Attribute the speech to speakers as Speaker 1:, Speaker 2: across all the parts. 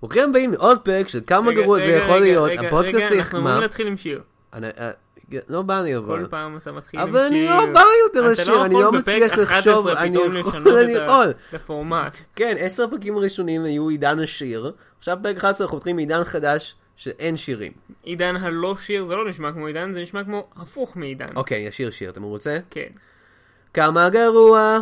Speaker 1: ברוכים הבאים לעוד פרק של כמה
Speaker 2: רגע,
Speaker 1: גרוע זה
Speaker 2: רגע,
Speaker 1: יכול
Speaker 2: רגע,
Speaker 1: להיות,
Speaker 2: רגע,
Speaker 1: הפודקאסט
Speaker 2: רגע, אנחנו אמורים
Speaker 1: היחמה.
Speaker 2: להתחיל עם שיר.
Speaker 1: לא בא לי אבל.
Speaker 2: כל פעם אתה מתחיל עם שיר.
Speaker 1: אבל אני לא בא יותר
Speaker 2: אתה
Speaker 1: לשיר, אני לא
Speaker 2: יכול בפרק
Speaker 1: מצליח
Speaker 2: 11
Speaker 1: לחשוב, אני
Speaker 2: פתאום
Speaker 1: יכול,
Speaker 2: לשנות
Speaker 1: אני
Speaker 2: את ה-
Speaker 1: יכול.
Speaker 2: לפורמט.
Speaker 1: כן, עשר פרקים ראשונים היו עידן השיר, עכשיו פרק 11 אנחנו מתחילים מעידן חדש שאין שירים.
Speaker 2: עידן הלא שיר זה לא נשמע כמו עידן, זה נשמע כמו הפוך מעידן.
Speaker 1: אוקיי, השיר שיר, אתה מרוצה?
Speaker 2: כן.
Speaker 1: כמה גרוע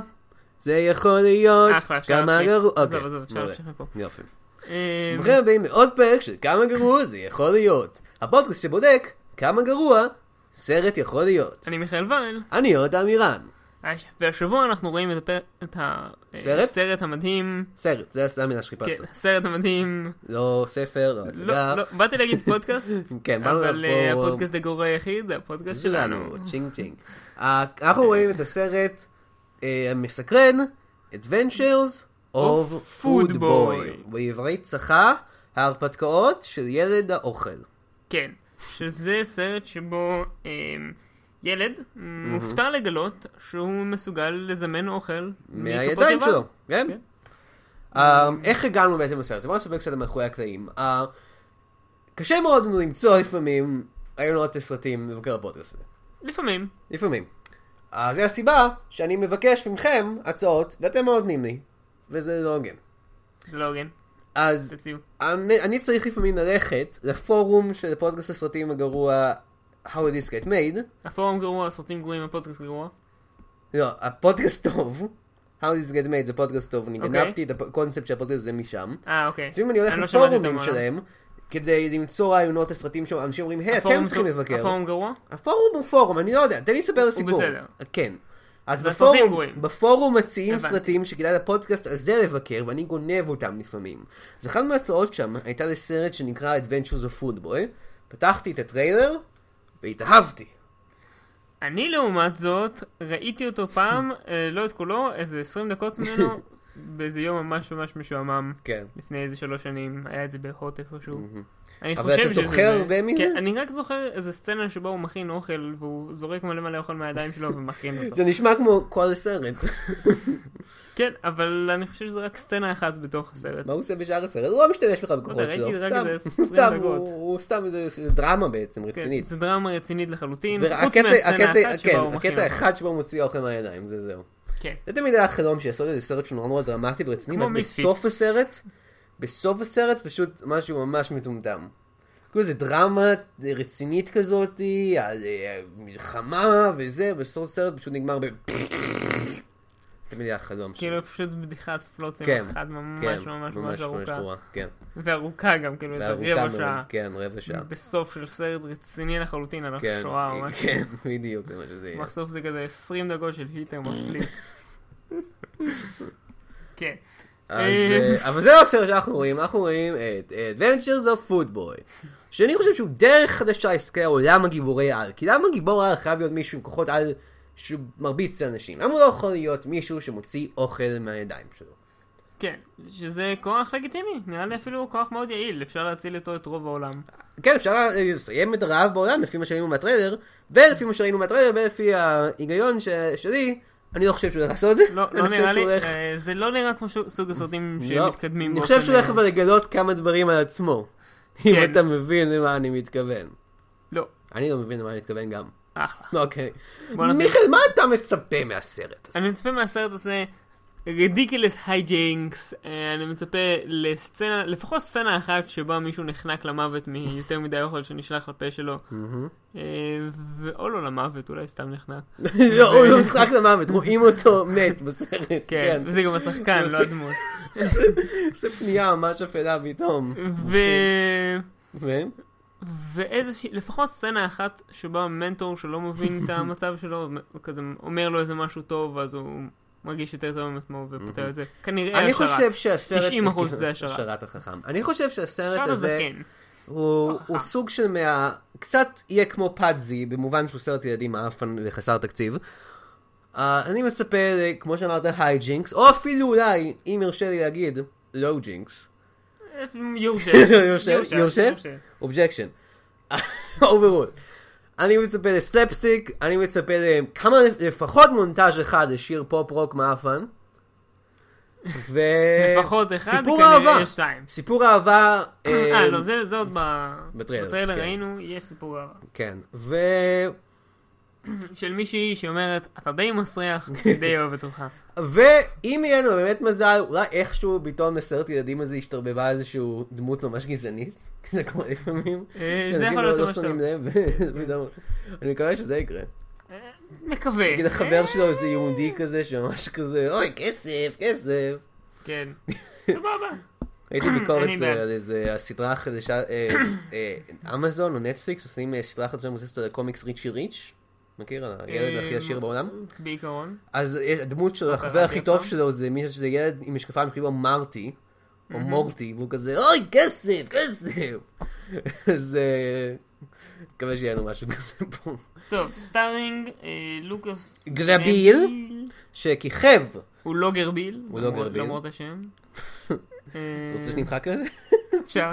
Speaker 1: זה יכול להיות,
Speaker 2: אחלה, אפשר
Speaker 1: כמה
Speaker 2: להמשיך.
Speaker 1: אוקיי, גרוע, אוקיי,
Speaker 2: עזוב, עזוב, אפשר
Speaker 1: מעולה.
Speaker 2: להמשיך לפה.
Speaker 1: יופי. אוקיי,
Speaker 2: אה,
Speaker 1: ברוכים הבאים לעוד פרק של כמה גרוע זה יכול להיות. הפודקאסט שבודק כמה גרוע סרט יכול להיות.
Speaker 2: אני מיכאל ויין,
Speaker 1: אני יהודה אמירן.
Speaker 2: הש- והשבוע אנחנו רואים את הפרק- את
Speaker 1: סרט?
Speaker 2: הסרט המדהים.
Speaker 1: סרט, זה זה המילה
Speaker 2: כן,
Speaker 1: שחיפשת.
Speaker 2: הסרט המדהים.
Speaker 1: לא ספר, לא
Speaker 2: לא,
Speaker 1: הצגה.
Speaker 2: לא, באתי להגיד פודקאסט,
Speaker 1: כן, באנו
Speaker 2: אבל
Speaker 1: לפה-
Speaker 2: אה, הפודקאסט הגורא היחיד זה הפודקאסט שלנו.
Speaker 1: שלנו, צ'ינג צ'ינג. אה, אנחנו רואים את הסרט אה, המסקרן, Adventures of
Speaker 2: Of
Speaker 1: Food
Speaker 2: Food
Speaker 1: Boy.
Speaker 2: Boy.
Speaker 1: בעברית צחה, ההרפתקאות של ילד האוכל.
Speaker 2: כן, שזה סרט שבו אה, ילד מופתע לגלות שהוא מסוגל לזמן אוכל מטיפות
Speaker 1: מהידיים
Speaker 2: יוון.
Speaker 1: שלו, כן?
Speaker 2: כן.
Speaker 1: אה, איך הגענו בעצם לסרט? בוא נספר קצת על מאחורי הקטעים. אה, קשה מאוד לנו למצוא לפעמים רעיונות לסרטים לבקר הפודקאסט הזה. לפעמים. לפעמים. אז זו הסיבה שאני מבקש מכם הצעות, ואתם לא נותנים לי, וזה לא הוגן.
Speaker 2: זה לא הוגן,
Speaker 1: אז
Speaker 2: תציעו.
Speaker 1: אני אני צריך לפעמים ללכת לפורום של פודקאסט הסרטים הגרוע How This Get Made,
Speaker 2: הפורום גרוע, הסרטים גרועים, הפודקאסט גרוע.
Speaker 1: לא, הפודקאסט טוב, How This Get Made זה פודקאסט טוב, אני
Speaker 2: אוקיי.
Speaker 1: גנבתי את הקונספט של הפודקאסט הזה משם,
Speaker 2: אה, אוקיי.
Speaker 1: אז אם אני הולך
Speaker 2: לא שמעתי אותם,
Speaker 1: לפורומים
Speaker 2: אה.
Speaker 1: שלהם, כדי למצוא רעיונות לסרטים שם, אנשים אומרים, היי,
Speaker 2: הפורום
Speaker 1: אתם צריכים
Speaker 2: טוב-
Speaker 1: לבקר.
Speaker 2: הפורום גרוע?
Speaker 1: הפורום הוא פורום, אני לא יודע, תן לי לספר לסיפור.
Speaker 2: בסדר.
Speaker 1: כן. אז
Speaker 2: והסרטים
Speaker 1: בפורום,
Speaker 2: גרועים.
Speaker 1: בפורום מציעים
Speaker 2: הבנתי.
Speaker 1: סרטים שכדאי לפודקאסט הזה לבקר, ואני גונב אותם לפעמים. אז אחת מההצעות שם הייתה לסרט שנקרא Adventures of Food Boy. פתחתי את הטריילר, והתאהבתי.
Speaker 2: אני לעומת זאת, ראיתי אותו פעם, אה, לא את כולו, איזה 20 דקות ממנו, באיזה יום ממש ממש משועמם.
Speaker 1: כן.
Speaker 2: לפני איזה שלוש שנים, היה את זה בהוט איפשהו. אני
Speaker 1: אבל
Speaker 2: חושב
Speaker 1: אתה
Speaker 2: שזה-
Speaker 1: זוכר הרבה מזה?
Speaker 2: כן, אני רק זוכר איזה סצנה שבה הוא מכין אוכל, והוא זורק מלא מלא אוכל מהידיים שלו ומכין אותו.
Speaker 1: זה נשמע כמו כל הסרט.
Speaker 2: כן, אבל אני חושב שזה רק סצנה אחת בתוך הסרט.
Speaker 1: מה הוא עושה בשאר הסרט? הוא לא משתמש בכלל
Speaker 2: לא
Speaker 1: בכוחות
Speaker 2: יודע,
Speaker 1: שלו.
Speaker 2: ראיתי רק
Speaker 1: סתם-
Speaker 2: איזה 20
Speaker 1: סתם,
Speaker 2: דקות.
Speaker 1: הוא- הוא סתם איזה איזה דרמה בעצם,
Speaker 2: כן,
Speaker 1: רצינית.
Speaker 2: זה דרמה רצינית לחלוטין, חוץ
Speaker 1: והקטע-
Speaker 2: מהסצנה
Speaker 1: הקטע-
Speaker 2: האחת
Speaker 1: כן,
Speaker 2: שבה הוא מכין
Speaker 1: הקטע
Speaker 2: אותו.
Speaker 1: האחד שבו הוא מוציא אוכל מהידיים, זה זהו.
Speaker 2: כן.
Speaker 1: זה תמיד היה החלום שיעשו איזה סרט שהוא נורא נורא דרמטי ורציני,
Speaker 2: כמו
Speaker 1: ואז
Speaker 2: מיספיץ.
Speaker 1: בסוף הסרט, בסוף הסרט פשוט משהו ממש מטומטם. כאילו זה דרמה רצינית כזאת, על אה, מלחמה וזה, בסוף הסרט פשוט נגמר ב... תמיד היה החלום שלי.
Speaker 2: כאילו פשוט בדיחת פלוצים
Speaker 1: כן,
Speaker 2: אחת ממש
Speaker 1: כן,
Speaker 2: ממש ממש ארוכה.
Speaker 1: ברורה, כן.
Speaker 2: וארוכה גם, כאילו איזה
Speaker 1: וארוכה
Speaker 2: רבע
Speaker 1: מאוד,
Speaker 2: שעה.
Speaker 1: כן, רבע שעה.
Speaker 2: בסוף של סרט רציני לחלוטין על
Speaker 1: כן,
Speaker 2: השואה או משהו.
Speaker 1: כן, בדיוק, זה מה שזה יהיה.
Speaker 2: בסוף זה כזה 20 דקות של היטלר מפליץ. כן.
Speaker 1: אז, אה, אבל זה לא הסרט שאנחנו רואים, אנחנו רואים את Adventures of Food Boy. שאני חושב שהוא דרך חדשה להסתכל על עולם הגיבורי על. כי למה גיבור על חייב להיות מישהו עם כוחות על שמרביץ לאנשים? למה הוא לא יכול להיות מישהו שמוציא אוכל מהידיים שלו?
Speaker 2: כן, שזה כוח לגיטימי, נראה לי אפילו כוח מאוד יעיל, אפשר להציל איתו את רוב העולם.
Speaker 1: כן, אפשר אה, לסיים את הרעב בעולם לפי מה שראינו מהטריילר, ולפי מה שראינו מהטריילר, ולפי ההיגיון ש- שלי, אני לא חושב שהוא הולך לעשות את זה.
Speaker 2: לא,
Speaker 1: אני
Speaker 2: לא
Speaker 1: חושב
Speaker 2: נראה לי,
Speaker 1: שהוא הולך-
Speaker 2: אה, זה לא נראה כמו שו- סוג הסרטים
Speaker 1: לא.
Speaker 2: שמתקדמים
Speaker 1: אני
Speaker 2: באופן...
Speaker 1: חושב שהוא הולך
Speaker 2: אה,
Speaker 1: אבל לגלות כמה דברים על עצמו. אם
Speaker 2: כן.
Speaker 1: אתה מבין למה אני מתכוון.
Speaker 2: לא,
Speaker 1: אני לא מבין למה אני מתכוון גם.
Speaker 2: אחלה.
Speaker 1: אוקיי.
Speaker 2: בוא נתחיל.
Speaker 1: מיכאל, מה אתה מצפה מהסרט הזה?
Speaker 2: אני מצפה מהסרט הזה רידיקלס הייג'ינקס, אני מצפה לסצנה, לפחות סצנה אחת שבה מישהו נחנק למוות מיותר מדי אוכל שנשלח לפה שלו, אה, ו- או לא למוות, אולי סתם נחנק.
Speaker 1: לא, הוא לא משחק למוות, רואים אותו מת בסרט.
Speaker 2: כן, וזה גם השחקן,
Speaker 1: זה
Speaker 2: לא
Speaker 1: עושה-
Speaker 2: הדמות.
Speaker 1: זה פנייה ממש אפלה פתאום. כן?
Speaker 2: ו...
Speaker 1: ו-
Speaker 2: ואיזושהי, לפחות סצנה אחת שבה מנטור שלא מבין את המצב שלו, הוא כזה אומר לו איזה משהו טוב, אז הוא מרגיש יותר טוב עם עצמו ופותר את זה. כנראה
Speaker 1: אוקיי. אני
Speaker 2: השערה.
Speaker 1: חושב שהסרט...
Speaker 2: 90% זה השרת. כן.
Speaker 1: השרת החכם. אני חושב שהסרט
Speaker 2: השערה
Speaker 1: הזה
Speaker 2: זקן.
Speaker 1: הוא
Speaker 2: לא חכם.
Speaker 1: הוא סוג של מה... קצת יהיה כמו פאדזי, במובן שהוא סרט ילדים מאפן וחסר תקציב. אה, אני מצפה, ל- כמו שאמרת, היי ג'ינקס, או אפילו אולי, אם ירשה לי להגיד, לואו ג'ינקס.
Speaker 2: יורשה.
Speaker 1: יורשה?
Speaker 2: יורשה?
Speaker 1: יורשה? אובג'קשן. אוברול. אני מצפה לסלפסטיק, אני מצפה לכמה, לפחות מונטאז' אחד לשיר פופ רוק מאפן. ו...
Speaker 2: לפחות אחד,
Speaker 1: אה, סיפור
Speaker 2: כנראה
Speaker 1: אהבה.
Speaker 2: יש שתיים.
Speaker 1: סיפור אהבה...
Speaker 2: אה,
Speaker 1: אמ,
Speaker 2: לא, זה זה עוד ב-
Speaker 1: בטריילר,
Speaker 2: בטריילר
Speaker 1: כן.
Speaker 2: ראינו, יש סיפור אהבה.
Speaker 1: כן. ו...
Speaker 2: של מישהי שאומרת, אתה די מסריח, אני די אוהבת אותך.
Speaker 1: ואם יהיה לנו באמת מזל, אולי איכשהו בעיתון מסיירת ילדים הזה השתרבבה איזשהו דמות ממש גזענית, זה קורה לפעמים.
Speaker 2: אה, זה
Speaker 1: שאנשים
Speaker 2: יכול
Speaker 1: לא-
Speaker 2: להיות
Speaker 1: לא
Speaker 2: ממש טוב.
Speaker 1: שמים לב, ופתאום- אני מקווה שזה יקרה.
Speaker 2: אה, מקווה.
Speaker 1: נגיד
Speaker 2: אה,
Speaker 1: החבר שלו איזה יהודי כזה, שממש כזה, אוי, כסף, כסף.
Speaker 2: כן. סבבה.
Speaker 1: ראיתי ביקורת
Speaker 2: אני בעד.
Speaker 1: אה, על איזה, הסדרה החדשה, אה, אה, אמזון או נטפליקס עושים אה, סדרה חדשה מבוססת על הקומיקס ריצ'י ריץ', מכיר? הילד הכי עשיר
Speaker 2: אה,
Speaker 1: בעולם.
Speaker 2: בעיקרון.
Speaker 1: אז יש- הדמות שלו, החבר
Speaker 2: קראתי
Speaker 1: הכי
Speaker 2: אף
Speaker 1: טוב
Speaker 2: פעם.
Speaker 1: שלו זה מישהו שזה ילד עם משקפיים קוראים לו מרטי, או מורטי, והוא כזה, אוי, כסף, כסף. אז אה, מקווה שיהיה לנו משהו כזה פה.
Speaker 2: טוב, סטארינג, אה, לוקאס...
Speaker 1: גרביל. שכיכב,
Speaker 2: הוא לא גרביל.
Speaker 1: הוא לא
Speaker 2: למרות-
Speaker 1: גרביל.
Speaker 2: למרות השם. אה,
Speaker 1: רוצה שנמחק את זה?
Speaker 2: אפשר.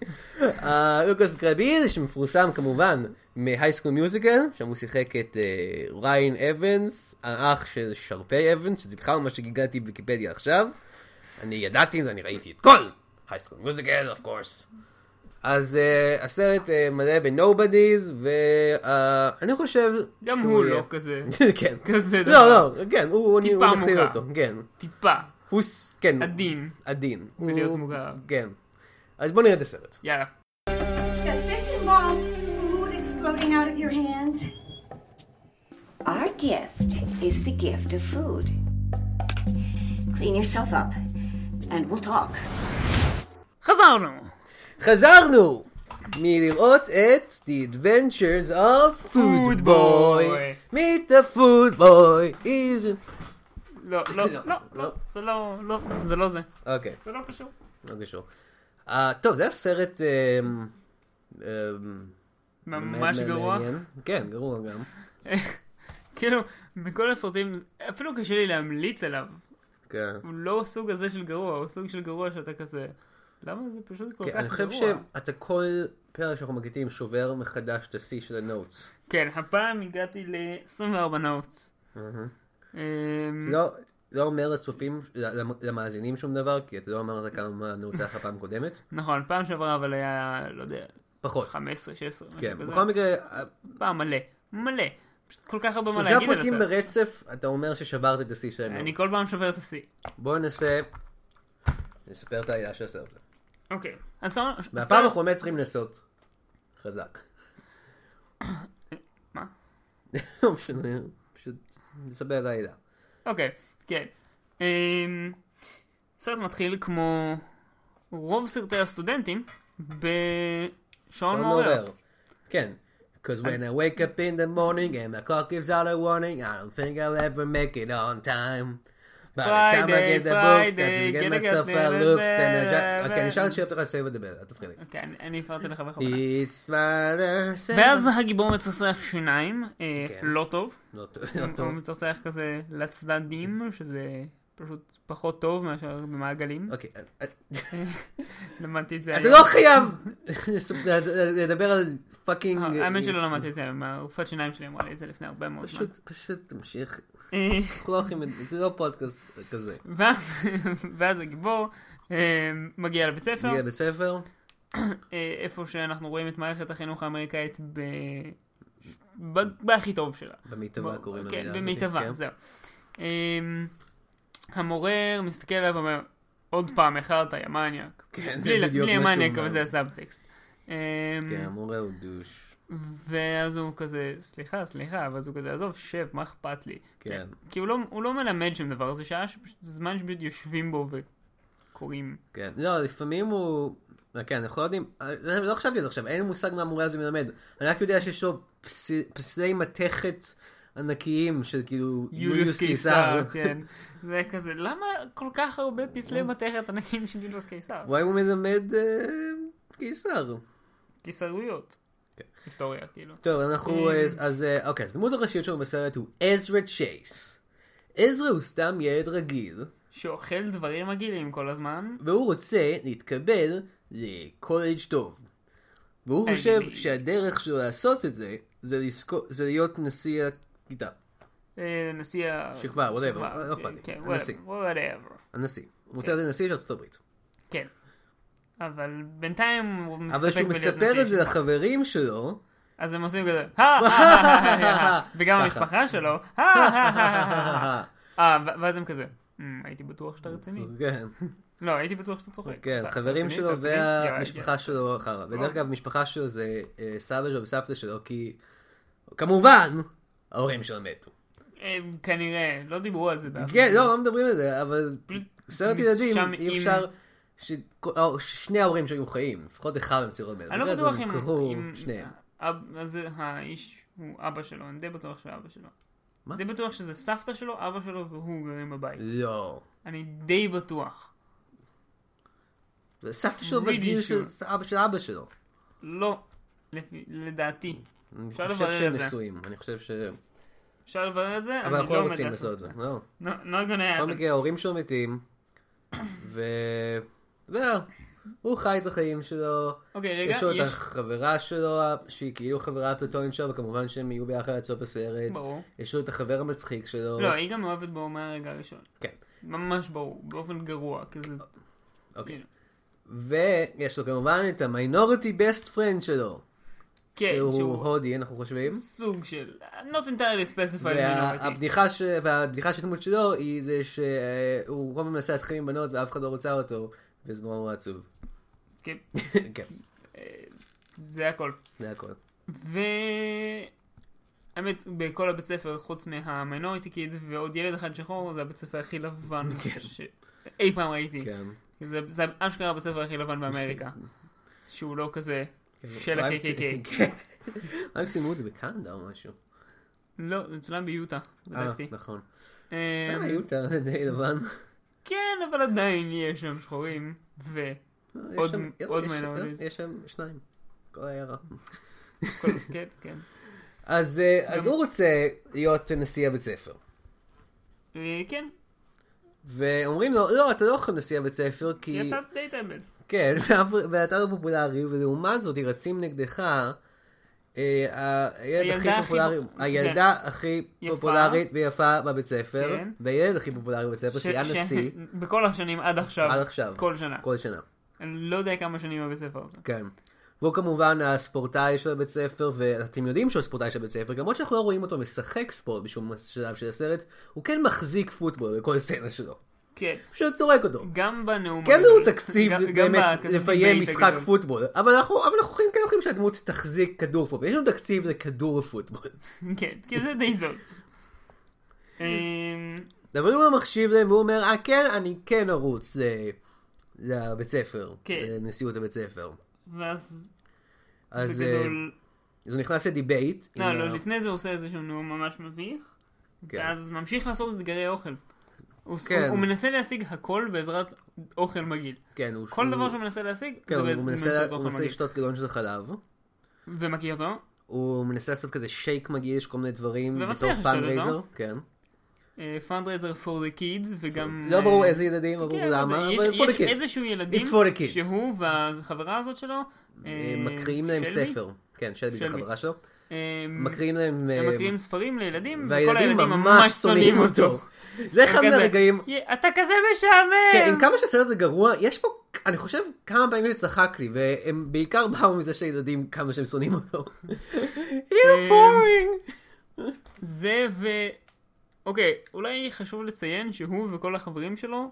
Speaker 1: אה, לוקאס גרביל, שמפורסם כמובן מהייסקול מיוזיקל, שם הוא שיחק את אה, ריין אבנס, האח של שרפי אבנס, שזה בכלל מה שגיגלתי בוויקיפדיה עכשיו. אני ידעתי את זה, אני ראיתי את כל הייסקול מיוזיקל, אוף קורס. אז אה, הסרט אה, מלא בנובדיז, ואני חושב...
Speaker 2: גם
Speaker 1: שהוא
Speaker 2: הוא
Speaker 1: יהיה-
Speaker 2: לא כזה.
Speaker 1: כן.
Speaker 2: כזה
Speaker 1: לא,
Speaker 2: דבר.
Speaker 1: לא, כן, הוא אני-
Speaker 2: טיפה
Speaker 1: הוא מכליל
Speaker 2: מוכר.
Speaker 1: אותו, כן.
Speaker 2: טיפה.
Speaker 1: הוא, ס- כן.
Speaker 2: עדין.
Speaker 1: עדין.
Speaker 2: ולהיות
Speaker 1: הוא-
Speaker 2: מוכר.
Speaker 1: כן. אז בוא נראה את הסרט.
Speaker 2: יאללה.
Speaker 3: Does this involve food exploding out of your hands?
Speaker 4: Our gift is the gift of food. Clean yourself up, and we'll talk.
Speaker 2: חזרנו.
Speaker 1: חזרנו מלראות את The Adventures of Food
Speaker 2: Food
Speaker 1: Boy.
Speaker 2: Boy.
Speaker 1: Meet the Food Boy is...
Speaker 2: לא, לא,
Speaker 1: לא,
Speaker 2: לא,
Speaker 1: לא.
Speaker 2: לא. זה לא, לא, זה לא זה.
Speaker 1: אוקיי,
Speaker 2: זה לא קשור.
Speaker 1: לא קשור. אה, טוב, זה היה סרט... אמ, אמ,
Speaker 2: ממש
Speaker 1: מעניין.
Speaker 2: גרוע.
Speaker 1: כן, גרוע גם.
Speaker 2: כאילו, מכל הסרטים, אפילו קשה לי להמליץ עליו.
Speaker 1: כן.
Speaker 2: הוא לא הסוג הזה של גרוע, הוא סוג של גרוע שאתה כזה... למה זה פשוט כל
Speaker 1: כן,
Speaker 2: כך גרוע?
Speaker 1: אני חושב שאתה כל פרק שאנחנו מקליטים שובר מחדש את השיא של הנוטס.
Speaker 2: כן, הפעם הגעתי ל-24 אמ, נאוץ.
Speaker 1: לא לא אומר לצופים, למ- למאזינים שום דבר, כי אתה לא אמרת כמה נוטס היה לך פעם קודמת.
Speaker 2: נכון, פעם שעברה אבל היה, לא יודע,
Speaker 1: פחות.
Speaker 2: 15, 16, משהו
Speaker 1: כן,
Speaker 2: כזה.
Speaker 1: בכל מקרה,
Speaker 2: פעם מלא, מלא. פשוט כל כך הרבה מה
Speaker 1: שלושה
Speaker 2: להגיד על
Speaker 1: פרקים
Speaker 2: הסרט.
Speaker 1: ברצף, אתה אומר ששברת את השיא של
Speaker 2: אני
Speaker 1: הנוטס.
Speaker 2: כל פעם שובר את השיא.
Speaker 1: בואו ננסה לספר את העלילה של הסרט הזה.
Speaker 2: אוקיי. אז סאונד-
Speaker 1: והפעם
Speaker 2: הסאונד-
Speaker 1: אנחנו באמת צריכים לנסות חזק.
Speaker 2: מה?
Speaker 1: לא משנה, פשוט נספר את העלילה.
Speaker 2: אוקיי, כן. אמ, סרט מתחיל כמו רוב סרטי הסטודנטים בשעון
Speaker 1: שעון
Speaker 2: מעורר.
Speaker 1: לא מעורר. כן. Cause when I wake up in the morning and my clock gives out a warning, I don't think I'll ever make it on time. By the time I
Speaker 2: Friday,
Speaker 1: get the books, I just get
Speaker 2: Friday, gotta get
Speaker 1: myself a
Speaker 2: there,
Speaker 1: looks,
Speaker 2: there,
Speaker 1: then I
Speaker 2: there,
Speaker 1: just... אוקיי, אני אשאל את
Speaker 2: there.
Speaker 1: שאלות לך לסיים לדבר, אל תפחיד.
Speaker 2: אוקיי, אני- אני הפרעתי לך בכוונה.
Speaker 1: It's my...
Speaker 2: אוקיי. ואז הגיבור מצחצח שיניים, אה,
Speaker 1: כן.
Speaker 2: לא טוב.
Speaker 1: לא טוב, לא
Speaker 2: הוא
Speaker 1: טוב.
Speaker 2: הוא מצחצח כזה לצדדים, שזה פשוט פחות טוב מאשר במעגלים.
Speaker 1: אוקיי,
Speaker 2: למדתי את זה
Speaker 1: אתה
Speaker 2: היום.
Speaker 1: לא חייב לדבר על פאקינג...
Speaker 2: אה,
Speaker 1: אה,
Speaker 2: האמת שלא למדתי את זה היום, הרופאת שיניים שלי אמרה לי את זה לפני הרבה מאוד זמן.
Speaker 1: פשוט, פשוט תמשיך.
Speaker 2: אה,
Speaker 1: אנחנו לא הולכים, זה לא פודקאסט כזה.
Speaker 2: ואז ואז הגיבור אה, מגיע לבית ספר.
Speaker 1: מגיע לבית ספר,
Speaker 2: אה, איפה שאנחנו רואים את מערכת החינוך האמריקאית ב... ב- בהכי טוב שלה.
Speaker 1: במיטבה
Speaker 2: ב-
Speaker 1: קוראים
Speaker 2: כן,
Speaker 1: למילה הזאת.
Speaker 2: במיטבה,
Speaker 1: כן.
Speaker 2: זהו. אמ, המורר מסתכל עליו ואומר, עוד פעם איחרת, יא מניאק.
Speaker 1: כן, זה
Speaker 2: בלי ל-
Speaker 1: בדיוק
Speaker 2: בלי
Speaker 1: מה שהוא
Speaker 2: המניאק, אבל
Speaker 1: אומר.
Speaker 2: זה הסאבטקסט. אמ,
Speaker 1: כן, המורה הוא דוש.
Speaker 2: ואז הוא כזה, סליחה, סליחה, ואז הוא כזה, עזוב, שב, מה אכפת לי?
Speaker 1: כן.
Speaker 2: כי הוא לא- הוא לא מלמד שום דבר, זה שעה, שפשוט- זה זמן שפשוט יושבים בו וקוראים.
Speaker 1: כן, לא, לפעמים הוא... אה, כן, אנחנו לא יודעים, אה, לא חשבתי על זה עכשיו, אין לי מושג מה המורה הזה מלמד. אני רק יודע שיש לו פס- פסי מתכת ענקיים של כאילו
Speaker 2: יוליוס קיסר, כן. זה כזה, למה כל כך הרבה
Speaker 1: כן.
Speaker 2: פסלי מתכת ענקים של יוליוס קיסר?
Speaker 1: וואי הוא מלמד אה, קיסר.
Speaker 2: קיסרויות.
Speaker 1: כן.
Speaker 2: היסטוריה, כאילו.
Speaker 1: טוב, אנחנו...
Speaker 2: אה,
Speaker 1: אז- אז אה, אוקיי, אז הדמות הראשית שלנו בסרט הוא עזרא צ'ייס. עזרא הוא סתם ילד רגיל,
Speaker 2: שאוכל דברים מגעילים כל הזמן.
Speaker 1: והוא רוצה להתקבל לקולג' טוב. והוא
Speaker 2: אנגלי.
Speaker 1: חושב שהדרך שלו לעשות את זה, זה, לזכו... זה להיות נשיא הכיתה.
Speaker 2: אה, נשיא ה...
Speaker 1: שכבה, whatever,
Speaker 2: שכבה,
Speaker 1: לא אכפת לי.
Speaker 2: כן,
Speaker 1: הנשיא.
Speaker 2: whatever, whatever.
Speaker 1: הנשיא. הוא רוצה להיות הנשיא של ארצות הברית.
Speaker 2: כן. אבל בינתיים הוא מסתפק
Speaker 1: אבל כשהוא
Speaker 2: בלהיות
Speaker 1: מספר
Speaker 2: נשיא
Speaker 1: את זה
Speaker 2: שלו.
Speaker 1: לחברים שלו,
Speaker 2: אז הם עושים כזה, "הא, הא, הא, הא, הא." וגם
Speaker 1: ככה.
Speaker 2: המשפחה שלו, "הא, הא, הא, הא, הא." אה, ו- ואז הם כזה, "אמ, הייתי בטוח שאתה רציני.
Speaker 1: כן,
Speaker 2: לא, הייתי בטוח שאתה צוחק.
Speaker 1: כן,
Speaker 2: אתה- אתה
Speaker 1: חברים
Speaker 2: רציני?
Speaker 1: שלו
Speaker 2: אתה רציני? יאללה,
Speaker 1: והמשפחה
Speaker 2: יאללה. אה.
Speaker 1: שלו חרא. ודרך אגב, המשפחה שלו זה אה, סבא שלו וסבתא שלו, כי כמובן, ההורים שלו מתו.
Speaker 2: הם כנראה, לא דיברו על זה בעבר.
Speaker 1: כן, לא, לא מדברים על זה, אבל
Speaker 2: פשוט
Speaker 1: סרט ילדים,
Speaker 2: משם
Speaker 1: אי
Speaker 2: עם-
Speaker 1: אפשר... שכל- או, ששני ההורים שהיו חיים, לפחות אחד מהם צריך לומר.
Speaker 2: אני לא בטוח אם... אם-
Speaker 1: שניהם.
Speaker 2: אב- אז זה- האיש הוא אבא שלו, אני די בטוח שהוא אבא שלו.
Speaker 1: מה?
Speaker 2: די בטוח שזה סבתא שלו, אבא שלו והוא גרים בבית.
Speaker 1: לא.
Speaker 2: אני די בטוח.
Speaker 1: סבתא שלו
Speaker 2: Really
Speaker 1: בגיל של
Speaker 2: sure.
Speaker 1: אבא של אבא שלו.
Speaker 2: לא, לפי- לדעתי.
Speaker 1: אני
Speaker 2: אפשר
Speaker 1: חושב
Speaker 2: לברר
Speaker 1: שהם
Speaker 2: את זה.
Speaker 1: נשואים, אני חושב ש...
Speaker 2: אפשר לברר את זה, אני
Speaker 1: אבל
Speaker 2: לא
Speaker 1: אנחנו לא רוצים
Speaker 2: יודע
Speaker 1: לעשות את זה. לא.
Speaker 2: לא גונן,
Speaker 1: בכל מקרה, ההורים שלו מתים, ו... זהו. הוא חי את החיים שלו,
Speaker 2: אוקיי, רגע,
Speaker 1: יש לו את
Speaker 2: יש...
Speaker 1: החברה שלו, שהיא כאילו חברה הפלטונית שלו, וכמובן שהם יהיו ביחד עד סוף הסרט.
Speaker 2: ברור.
Speaker 1: יש לו את החבר המצחיק שלו.
Speaker 2: לא, היא גם מאוהבת בו מהרגע הראשון.
Speaker 1: כן.
Speaker 2: ממש ברור, באופן גרוע, כזה...
Speaker 1: אוקיי.
Speaker 2: הנה.
Speaker 1: ויש לו כמובן את המיינורטי בסט פרנד שלו,
Speaker 2: כן,
Speaker 1: שהוא
Speaker 2: שהוא
Speaker 1: הודי, אנחנו חושבים.
Speaker 2: סוג של... Not entirely specified לא minority.
Speaker 1: והבדיחה ש- והבדיחה של הדמות שלו היא זה שהוא כל הזמן מנסה להתחיל עם בנות ואף אחד לא רוצה אותו, וזה נורא נורא עצוב.
Speaker 2: כן,
Speaker 1: כן,
Speaker 2: זה הכל.
Speaker 1: זה הכל.
Speaker 2: ו... האמת, בכל הבית ספר, חוץ מהמיינורטי קידס ועוד ילד אחד שחור, זה הבית ספר הכי לבן שאי פעם ראיתי.
Speaker 1: כן.
Speaker 2: זה, זה אשכרה הבית ספר הכי לבן באמריקה. שהוא לא כזה של
Speaker 1: אולי הם
Speaker 2: ה-KKK.
Speaker 1: צי- כן. אולי הם צילמו את זה בקנדה או משהו.
Speaker 2: לא, זה צולם ביוטה,
Speaker 1: אה,
Speaker 2: בדקתי.
Speaker 1: נכון.
Speaker 2: אה,
Speaker 1: אה, היו את די לבן.
Speaker 2: כן, אבל עדיין יש שם שחורים, וכל... עוד-
Speaker 1: יש שם-
Speaker 2: עוד
Speaker 1: יש- אה,
Speaker 2: minorities.
Speaker 1: יש שם שניים. כל העיירה.
Speaker 2: כן, כן.
Speaker 1: אז אה, אז
Speaker 2: גם-
Speaker 1: הוא רוצה להיות נשיא הבית ספר.
Speaker 2: אה, כן,
Speaker 1: ואומרים לו, לא, אתה לא יכול נשיא הבית ספר,
Speaker 2: כי
Speaker 1: כי...
Speaker 2: אתה די טמבל.
Speaker 1: כן, ואף- ואתה לא פופולרי, ולעומת זאת, רצים נגדך, אה, הילד הכי
Speaker 2: הילדה הכי
Speaker 1: פופולרי,
Speaker 2: פופ- כן.
Speaker 1: הילדה הכי
Speaker 2: יפה.
Speaker 1: פופולרית ויפה בבית ספר,
Speaker 2: כן.
Speaker 1: והילד הכי פופולרי בבית ספר,
Speaker 2: ש-
Speaker 1: שהיה
Speaker 2: ש-
Speaker 1: נשיא
Speaker 2: בכל השנים עד עכשיו.
Speaker 1: עד עכשיו.
Speaker 2: כל שנה.
Speaker 1: כל שנה.
Speaker 2: אני לא יודע כמה שנים בבית ספר הזה.
Speaker 1: כן. והוא כמובן הספורטאי של הבית ספר, ואתם יודעים שהוא הספורטאי של הבית ספר, למרות שאנחנו לא רואים אותו משחק ספורט בשום שלב של הסרט, הוא כן מחזיק פוטבול בכל סצנה שלו.
Speaker 2: כן.
Speaker 1: פשוט זורק אותו.
Speaker 2: גם בנאום
Speaker 1: כן
Speaker 2: הגדול.
Speaker 1: הוא תקציב
Speaker 2: גם- גם
Speaker 1: באמת
Speaker 2: בכזה
Speaker 1: לפיים
Speaker 2: debate
Speaker 1: משחק
Speaker 2: הגדול.
Speaker 1: פוטבול, אבל אנחנו אבל אנחנו כן כן הולכים שהדמות תחזיק כדור פוטבול, יש לנו תקציב לכדור פוטבול.
Speaker 2: כן, כי זה די זול.
Speaker 1: אה,
Speaker 2: אמ,
Speaker 1: אבל הוא לא מקשיב להם והוא אומר, אה כן, אני כן ארוץ ל- לבית ספר,
Speaker 2: כן.
Speaker 1: לנשיאות הבית ספר.
Speaker 2: ואז
Speaker 1: אז אה,
Speaker 2: בגדול...
Speaker 1: אז הוא נכנס לדיבייט.
Speaker 2: לא,
Speaker 1: עם
Speaker 2: לא,
Speaker 1: ה-
Speaker 2: לפני זה הוא עושה איזשהו נאום ממש מביך,
Speaker 1: כן.
Speaker 2: ואז ממשיך לעשות אתגרי אוכל. הוא
Speaker 1: כן.
Speaker 2: הוא- הוא מנסה להשיג הכל בעזרת אוכל מגעיל.
Speaker 1: כן, הוא...
Speaker 2: כל
Speaker 1: הוא-
Speaker 2: דבר שהוא מנסה להשיג,
Speaker 1: כן,
Speaker 2: זה
Speaker 1: הוא
Speaker 2: באמצעות
Speaker 1: מנסה- הוא
Speaker 2: אוכל
Speaker 1: מנסה
Speaker 2: מגעיל.
Speaker 1: לשתות גלון של חלב,
Speaker 2: ומקיא אותו,
Speaker 1: הוא מנסה לעשות כזה שייק מגעיל, יש כל מיני דברים,
Speaker 2: ומצליח
Speaker 1: בתור
Speaker 2: לשתות
Speaker 1: פאנרייזר, כן.
Speaker 2: פאנדרייזר אה, for the kids, וגם...
Speaker 1: לא ברור
Speaker 2: אה,
Speaker 1: איזה ילדים, לא ברור
Speaker 2: כן,
Speaker 1: למה,
Speaker 2: יש-
Speaker 1: אבל for the
Speaker 2: יש
Speaker 1: kids.
Speaker 2: איזשהו ילדים,
Speaker 1: It's for the kids.
Speaker 2: שהוא והחברה הזאת שלו,
Speaker 1: אה,
Speaker 2: אה,
Speaker 1: מקריאים להם
Speaker 2: שלבי,
Speaker 1: ספר, כן, שלבי זה
Speaker 2: שלבי.
Speaker 1: חברה שלו,
Speaker 2: אה,
Speaker 1: מקריאים להם, אה,
Speaker 2: הם מקריאים ספרים לילדים, וכל
Speaker 1: והילדים
Speaker 2: הילדים ממש שונאים אותו.
Speaker 1: זה אחד
Speaker 2: כזה,
Speaker 1: מהרגעים,
Speaker 2: "יא, אתה כזה משעמם!
Speaker 1: כן, עם כמה שהסרט הזה גרוע, יש פה, אני חושב, כמה פעמים שצחק לי, והם בעיקר באו מזה שהילדים, כמה שהם שונאים אותו.
Speaker 2: אה,
Speaker 1: You're boring!
Speaker 2: זה ו... אוקיי, אולי חשוב לציין שהוא וכל החברים שלו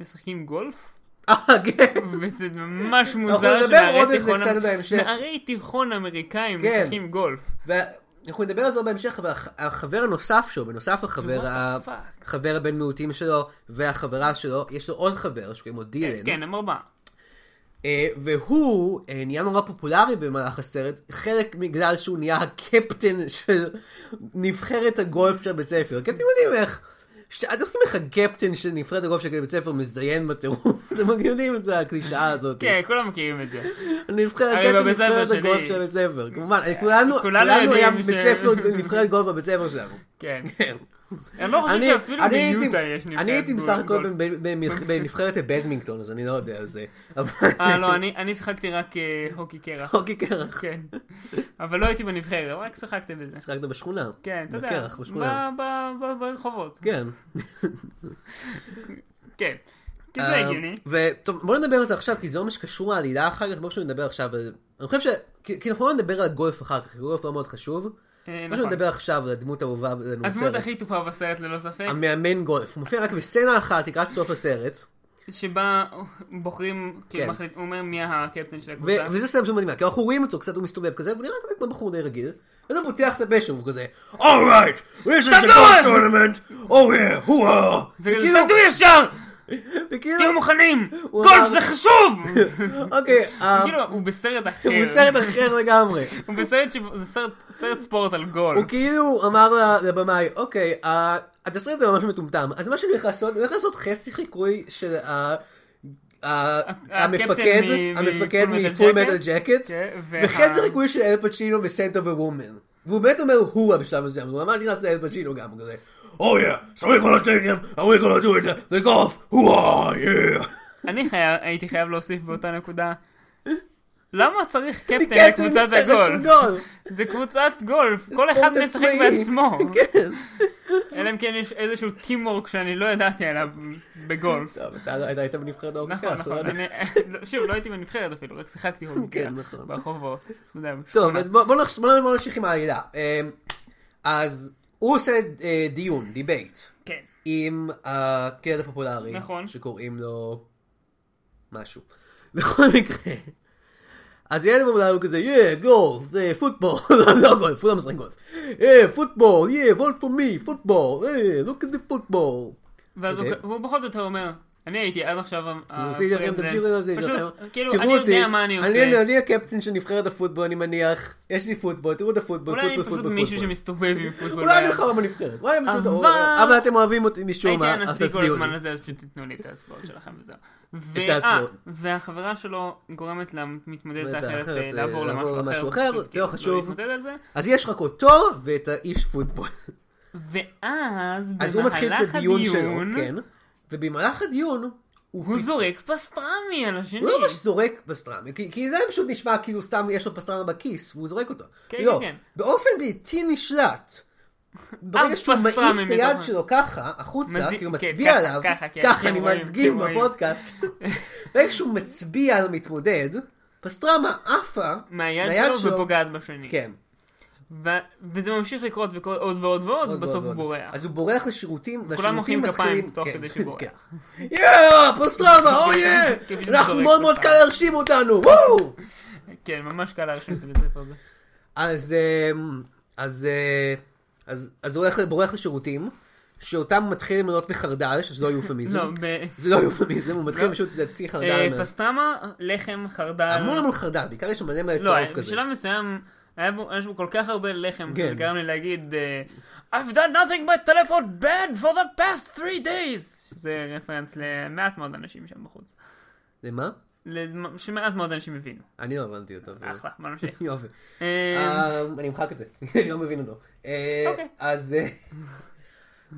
Speaker 2: משחקים גולף,
Speaker 1: אה, כן.
Speaker 2: וזה ממש
Speaker 1: נדבר
Speaker 2: מוזר
Speaker 1: עוד
Speaker 2: שנערי
Speaker 1: על זה
Speaker 2: תיכון,
Speaker 1: קצת בהמשך.
Speaker 2: נערי תיכון אמריקאים
Speaker 1: כן.
Speaker 2: משחקים גולף.
Speaker 1: ואנחנו נדבר על זה עוד בהמשך, אבל הח- החבר הנוסף שלו, בנוסף לחבר
Speaker 2: What the
Speaker 1: ה-
Speaker 2: fuck?
Speaker 1: חבר הבן מיעוטים שלו, והחברה שלו, יש לו עוד חבר שקוראים לו דילן.
Speaker 2: כן, הם ארבעה.
Speaker 1: אה, והוא אה, נהיה נורא פופולרי במהלך הסרט, חלק בגלל שהוא נהיה הקפטן של נבחרת הגולף של בית ספר. כי אתם יודעים איך, שאתם עושים לך קפטן של נבחרת הגולף של בית ספר מזיין בטירוף, אתם רק יודעים את זה, הקלישאה הזאת.
Speaker 2: כן, כולם מכירים את זה.
Speaker 1: נבחרת
Speaker 2: הרי
Speaker 1: הקפטן
Speaker 2: בבית ספר
Speaker 1: נבחרת
Speaker 2: שלי- אה,
Speaker 1: הגולף של בית ספר. כמובן, כולנו
Speaker 2: כולנו
Speaker 1: כולנו היה
Speaker 2: יודעים
Speaker 1: בית
Speaker 2: ש-
Speaker 1: ספר, נבחרת גולף בבית ספר שלנו.
Speaker 2: כן.
Speaker 1: כן.
Speaker 2: אני לא חושב
Speaker 1: אני-
Speaker 2: שאפילו
Speaker 1: אני הייתי-
Speaker 2: ביוטה יש נבחרת.
Speaker 1: אני הייתי בסך הכל
Speaker 2: גולד.
Speaker 1: ב- ב- ב- בנבחרת הבדמינגטון, אז אני לא יודע על זה. אבל- אוקיי,
Speaker 2: אה, לא, אני אני שיחקתי רק אה, הוקי קרח.
Speaker 1: הוקי קרח.
Speaker 2: כן. אבל לא הייתי בנבחרת, רק שיחקתי בזה.
Speaker 1: שיחקת בשכונה.
Speaker 2: כן, אתה יודע.
Speaker 1: בקרח, בשכונה.
Speaker 2: ב- ב- ב- ברחובות.
Speaker 1: כן.
Speaker 2: כן.
Speaker 1: אה,
Speaker 2: כי זה הגיוני.
Speaker 1: וטוב, בוא נדבר על זה עכשיו, כי זה ממש קשור לעלילה אחר כך, בואו פשוט נדבר עכשיו על... אני חושב ש... כי כי אנחנו לא נדבר על גולף אחר כך, כי גולף לא מאוד חשוב.
Speaker 2: אה,
Speaker 1: פשוט
Speaker 2: נכון.
Speaker 1: נדבר עכשיו על הדמות האהובה לנו
Speaker 2: הדמות
Speaker 1: בסרט.
Speaker 2: הכי טובה בסרט ללא ספק,
Speaker 1: המאמן גולף. הוא מופיע רק בסצנה אחת לקראת סוף הסרט,
Speaker 2: שבה בוחרים, כאילו
Speaker 1: אמ- כן.
Speaker 2: מחליט, הוא אומר מי הקפטן של הקבוצה.
Speaker 1: ו- וזה סצנה פשוט מדהימה, כי אנחנו רואים אותו, קצת הוא מסתובב כזה, והוא נראה כזה כמו בחור די רגיל, ואז הוא פותח את הפה שלו, והוא כזה, אורייט, this is the golf
Speaker 2: תדון!"
Speaker 1: tournament, oh yeah, whoa.
Speaker 2: לא זה
Speaker 1: וכאילו-
Speaker 2: כאילו, כזה,
Speaker 1: אוקיי,
Speaker 2: תעמדו ישר! תהיו
Speaker 1: וכאילו,
Speaker 2: מוכנים!
Speaker 1: כאילו- הוא
Speaker 2: גולף
Speaker 1: אמר-
Speaker 2: זה חשוב!
Speaker 1: אוקיי, אה,
Speaker 2: כאילו, הוא בסרט אחר.
Speaker 1: הוא סרט אחר לגמרי.
Speaker 2: הוא בסרט ש... זה סרט- סרט ספורט על
Speaker 1: הוא
Speaker 2: גולף.
Speaker 1: כאילו אמר ל- לבמאי, אוקיי, אה, התסריט הזה ממש מטומטם, אז מה שאני הולך לעשות, אני הולך לעשות חצי חיקוי של ה- ה- המפקד,
Speaker 2: מ- מ-
Speaker 1: המפקד
Speaker 2: Full Metal
Speaker 1: מפול
Speaker 2: Jacket.
Speaker 1: מטל ג'קט,
Speaker 2: כן, וה-
Speaker 1: וחצי חיקוי של אל פצ'ינו בסנט אוף הוומן. והוא באמת אומר הוא בשלב מסוים, הוא ממש נכנס לאל פצ'ינו גם, הוא כזה, Oh yeah, so we're gonna take him, and we're gonna do it, the golf, whoa, yeah.
Speaker 2: אני חייב- הייתי חייב להוסיף באותה נקודה. למה צריך קפטן
Speaker 1: קפטן
Speaker 2: לקבוצת
Speaker 1: נבחרת של
Speaker 2: הגולף?
Speaker 1: גולף.
Speaker 2: זה קבוצת גולף, כל
Speaker 1: ספורט
Speaker 2: אחד משחק
Speaker 1: עצמאי.
Speaker 2: בעצמו.
Speaker 1: כן.
Speaker 2: אלא אם כן יש איזשהו טימורק שאני לא ידעתי עליו בגולף.
Speaker 1: טוב, אתה אתה היית בנבחרת האורקה,
Speaker 2: נכון, נכון. אני- לא, שוב, לא הייתי בנבחרת אפילו, רק שיחקתי הוגר
Speaker 1: כן, נכון.
Speaker 2: ברחובות. אתה יודע,
Speaker 1: טוב,
Speaker 2: בשכונה.
Speaker 1: אז בוא- בוא נחש- בוא בוא נמשיך עם העלילה. אה, אז הוא עושה אה, דיון, דיבייט,
Speaker 2: כן.
Speaker 1: עם הקרד הפופולרי,
Speaker 2: נכון.
Speaker 1: שקוראים לו משהו. בכל מקרה, אז ילד הפופולרי הוא כזה, יא, גולף, פוטבול, לא גולף, הוא לא משחק גולף. יא, פוטבול, יא, וולט פור מי, פוטבול, יא, look at the football.
Speaker 2: ואז הוא-
Speaker 1: אוקיי.
Speaker 2: והוא בכל זאת אומר, אני הייתי עד עכשיו
Speaker 1: עושים לכם,
Speaker 2: הפרזידנט.
Speaker 1: תמשיכו עם זה, שלכם.
Speaker 2: פשוט, כאילו,
Speaker 1: תראו
Speaker 2: אני יודע
Speaker 1: אותי,
Speaker 2: מה אני
Speaker 1: אני-
Speaker 2: עושה.
Speaker 1: אני הקפטן של נבחרת הפוטבול, אני מניח. יש לי פוטבול, תראו את הפוטבול,
Speaker 2: אולי אני
Speaker 1: פוטבול,
Speaker 2: פשוט
Speaker 1: פוטבול,
Speaker 2: מישהו
Speaker 1: פוטבול.
Speaker 2: שמסתובב עם פוטבול.
Speaker 1: אולי
Speaker 2: ביד.
Speaker 1: אני חרא בנבחרת, אולי אני פשוט...
Speaker 2: אבל-
Speaker 1: אוהב- אבל אתם אוהבים אותי משום
Speaker 2: הייתי
Speaker 1: מה, אז
Speaker 2: הנשיא כל
Speaker 1: תצביעו
Speaker 2: הזמן
Speaker 1: לי.
Speaker 2: הזה, אז פשוט תיתנו לי את ההצבעות שלכם וזהו. ו-
Speaker 1: את ההצבעות.
Speaker 2: אה, והחברה שלו גורמת למתמודדת
Speaker 1: מתמודדת
Speaker 2: האחרת אה,
Speaker 1: האחרת,
Speaker 2: לעבור
Speaker 1: אה, לעבור
Speaker 2: למשהו
Speaker 1: למשהו
Speaker 2: אחר.
Speaker 1: אחר,
Speaker 2: פשוט
Speaker 1: זה
Speaker 2: כאילו
Speaker 1: לא חשוב.
Speaker 2: להתמודד על זה.
Speaker 1: אז יש רק אותו ואת האיש פוטבול.
Speaker 2: ואז
Speaker 1: אז הוא מתחיל את
Speaker 2: במהלך
Speaker 1: הדיון שלו,
Speaker 2: הדיון,
Speaker 1: כן. ובמהלך הדיון,
Speaker 2: הוא זורק פסטרמי על השני.
Speaker 1: הוא לא ממש זורק פסטרמה, כי, כי זה פשוט נשמע כאילו סתם יש לו פסטרמה בכיס, והוא זורק אותו.
Speaker 2: כן,
Speaker 1: לא,
Speaker 2: כן, כן.
Speaker 1: באופן בלתי נשלט. ברגע שהוא מעיף
Speaker 2: פסטרמה
Speaker 1: את היד
Speaker 2: מתוך-
Speaker 1: שלו ככה, החוצה,
Speaker 2: מזיק-
Speaker 1: כאילו
Speaker 2: כן,
Speaker 1: מצביע
Speaker 2: ככה,
Speaker 1: עליו,
Speaker 2: ככה, כן,
Speaker 1: ככה
Speaker 2: כן,
Speaker 1: אני
Speaker 2: רואים,
Speaker 1: מדגים
Speaker 2: כן, רואים.
Speaker 1: בפודקאסט, ברגע שהוא מצביע על המתמודד, פסטרמה עפה
Speaker 2: מהיד שלו ופוגעת בשני.
Speaker 1: כן.
Speaker 2: ו- וזה ממשיך לקרות וכל- עוד ועוד ועוד,
Speaker 1: עוד
Speaker 2: ובסוף
Speaker 1: ועוד
Speaker 2: הוא
Speaker 1: ועוד.
Speaker 2: בורח.
Speaker 1: אז הוא בורח לשירותים,
Speaker 2: כולם
Speaker 1: והשירותים
Speaker 2: מוחאים
Speaker 1: מתחילים...
Speaker 2: כפיים תוך
Speaker 1: כן,
Speaker 2: כדי שהוא בורח.
Speaker 1: כן. יאה, פוסטרמה, אוי, אה!
Speaker 2: כן, בדיוק
Speaker 1: אנחנו
Speaker 2: זורק
Speaker 1: מאוד מאוד קל
Speaker 2: פוסטרמה.
Speaker 1: להרשים אותנו, וואו!
Speaker 2: כן, ממש קל להרשים את הבית ספר הזה.
Speaker 1: אז, אמ, אז, אה, אז, אז הוא הולך, בורח לשירותים, שאותם מתחיל למנות בחרדל, שזה לא יופמיזם.
Speaker 2: לא, ב-
Speaker 1: זה לא יופמיזם, הוא מתחיל
Speaker 2: לא.
Speaker 1: פשוט להוציא
Speaker 2: אה,
Speaker 1: חרדל. מה-
Speaker 2: פסטרמה, לחם, חרדל.
Speaker 1: המון המון חרדל, בעיקר יש שם מלא מלא
Speaker 2: לא,
Speaker 1: צרוף כזה.
Speaker 2: בשלב מסוים היה בו היה שם כל כך הרבה לחם,
Speaker 1: כן.
Speaker 2: שזה גרם לי להגיד אה, I've done nothing but telephone bad for the past three days. שזה רפרנס למעט מאוד אנשים שם בחוץ.
Speaker 1: זה מה?
Speaker 2: למ- שמעט מאוד אנשים הבינו.
Speaker 1: אני לא הבנתי אותו.
Speaker 2: אחלה, בוא נמשיך.
Speaker 1: יופי.
Speaker 2: אה,
Speaker 1: אמ, אני אמחק את זה, אני לא מבין אותו. אה,
Speaker 2: אוקיי.
Speaker 1: אז... אה,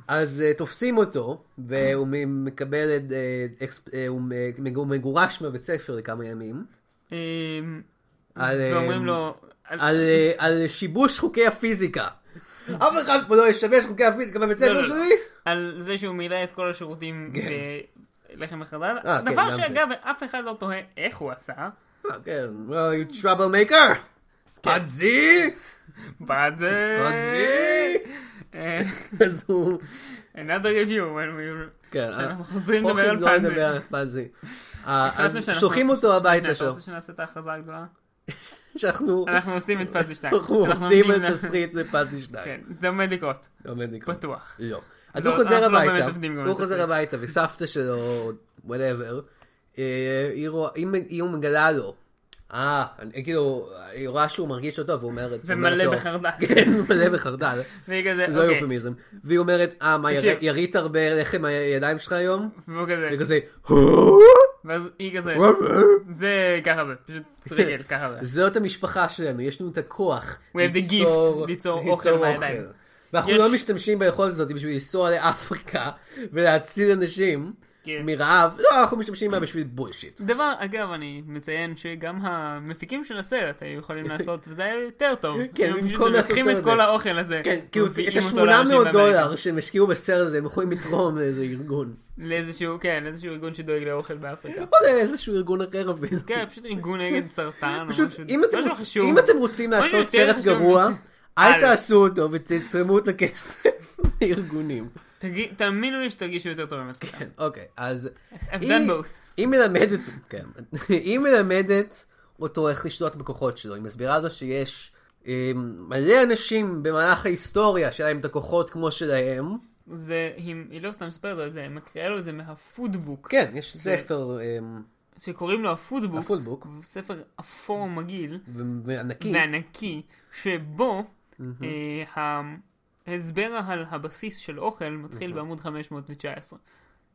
Speaker 1: אז אה, תופסים אותו, והוא מ- מקבל את... אה, אקס- אה, הוא מג- הוא מגורש מהבית ספר לכמה ימים.
Speaker 2: אה,
Speaker 1: על,
Speaker 2: ואומרים
Speaker 1: אה,
Speaker 2: לו, על-
Speaker 1: על, אה, על שיבוש חוקי הפיזיקה. אף אחד פה לא ישבש חוקי הפיזיקה בבית
Speaker 2: לא,
Speaker 1: ספר
Speaker 2: לא, לא.
Speaker 1: שלי.
Speaker 2: על זה שהוא מילא את כל השירותים
Speaker 1: כן.
Speaker 2: בלחם החלל.
Speaker 1: אה, כן, גם
Speaker 2: דבר
Speaker 1: זה.
Speaker 2: שאגב, אף אחד לא תוהה איך הוא עשה.
Speaker 1: אה, כן, well, you trouble maker.
Speaker 2: כן.
Speaker 1: פאדזי!
Speaker 2: בעד זה...
Speaker 1: פאדזי!
Speaker 2: אה,
Speaker 1: אז הוא...
Speaker 2: another review when we...
Speaker 1: כן,
Speaker 2: שאנחנו חוזרים לדבר
Speaker 1: אוכלים
Speaker 2: על
Speaker 1: לא
Speaker 2: פאנזי.
Speaker 1: לדבר על פאדזי. אה,
Speaker 2: החלטנו
Speaker 1: אז
Speaker 2: שאנחנו-
Speaker 1: שולחים אותו הביתה
Speaker 2: אתה
Speaker 1: שלו.
Speaker 2: רוצה שנעשה את ההכרזה הגדולה?
Speaker 1: שאנחנו...
Speaker 2: אנחנו עושים את פאזי 2.
Speaker 1: אנחנו עובדים כן. על תסריט לפאזי 2.
Speaker 2: כן, זה עומד לקרות,
Speaker 1: עומד לקרות.
Speaker 2: בטוח.
Speaker 1: לא. אז
Speaker 2: לא,
Speaker 1: הוא חוזר
Speaker 2: אנחנו לא
Speaker 1: הביתה,
Speaker 2: באמת עובדים גם על
Speaker 1: הוא חוזר
Speaker 2: תסריט.
Speaker 1: הביתה, וסבתא שלו, וואטאבר, היא הוא מגלה לו. אה, אני- כאילו, היא רואה שהוא מרגיש אותו, והוא אומר...
Speaker 2: ומלא בחרדל.
Speaker 1: כן, הוא מלא בחרדל.
Speaker 2: והיא כזה,
Speaker 1: שזה לא
Speaker 2: אוקיי.
Speaker 1: יופמיזם. והיא אומרת, אה, מה,
Speaker 2: תקשיב. כן.
Speaker 1: יר- ירית הרבה לחם הידיים שלך היום? "אה,
Speaker 2: והוא כזה,
Speaker 1: והיא כזה,
Speaker 2: ואז היא כזה, זה ככה זה, פשוט רגל, ככה זה.
Speaker 1: זאת המשפחה שלנו, יש לנו את הכוח
Speaker 2: We have the gift ליצור אוכל מהידיים.
Speaker 1: ואנחנו
Speaker 2: יש-
Speaker 1: לא משתמשים ביכולת הזאת בשביל לנסוע לאפריקה ולהציל אנשים
Speaker 2: כן.
Speaker 1: מרעב, לא, אנחנו משתמשים בה בשביל בולשיט.
Speaker 2: דבר, אגב, אני מציין שגם המפיקים של הסרט היו יכולים לעשות, וזה היה יותר טוב.
Speaker 1: כן,
Speaker 2: הם פשוט
Speaker 1: במקום לעשות
Speaker 2: לוקחים את
Speaker 1: סרט
Speaker 2: כל
Speaker 1: זה.
Speaker 2: האוכל הזה.
Speaker 1: כן, כאילו, את
Speaker 2: ומביאים אותו לאנשים
Speaker 1: ה-800 דולר
Speaker 2: באמריקה.
Speaker 1: שהם השקיעו בסרט הזה, הם יכולים לתרום לאיזה ארגון.
Speaker 2: לאיזשהו, כן, לאיזשהו ארגון שדואג לאוכל באפריקה.
Speaker 1: או לאיזשהו ארגון אחר אפילו.
Speaker 2: כן, פשוט ארגון נגד סרטן. או
Speaker 1: פשוט,
Speaker 2: משהו-
Speaker 1: אם אתם
Speaker 2: משהו
Speaker 1: רוצ-
Speaker 2: לא חשוב.
Speaker 1: אם אתם רוצים לעשות
Speaker 2: יותר
Speaker 1: סרט
Speaker 2: חשוב
Speaker 1: גרוע,
Speaker 2: מזה.
Speaker 1: אל
Speaker 2: אל.
Speaker 1: תעשו אותו ותתרמו את הכסף לארגונים.
Speaker 2: תגיד- תאמינו לי שתרגישו יותר טוב עם עצמכם.
Speaker 1: כן, אוקיי, אז...
Speaker 2: I've
Speaker 1: היא-
Speaker 2: done both.
Speaker 1: היא מלמדת, כן, היא מלמדת אותו איך לשלוט בכוחות שלו, היא מסבירה לו שיש אה, מלא אנשים במהלך ההיסטוריה שהיה להם את הכוחות כמו שלהם.
Speaker 2: זה, היא היא לא סתם מספרת לו את זה, היא מקריאה לו את זה מהפודבוק.
Speaker 1: כן, יש
Speaker 2: זה-
Speaker 1: ספר אה,
Speaker 2: שקוראים לו הפודבוק.
Speaker 1: הפולבוק,
Speaker 2: הוא ספר אפור מגעיל.
Speaker 1: ו- וענקי.
Speaker 2: וענקי, שבו אה, ה- ההסבר על הבסיס של אוכל מתחיל בעמוד 519,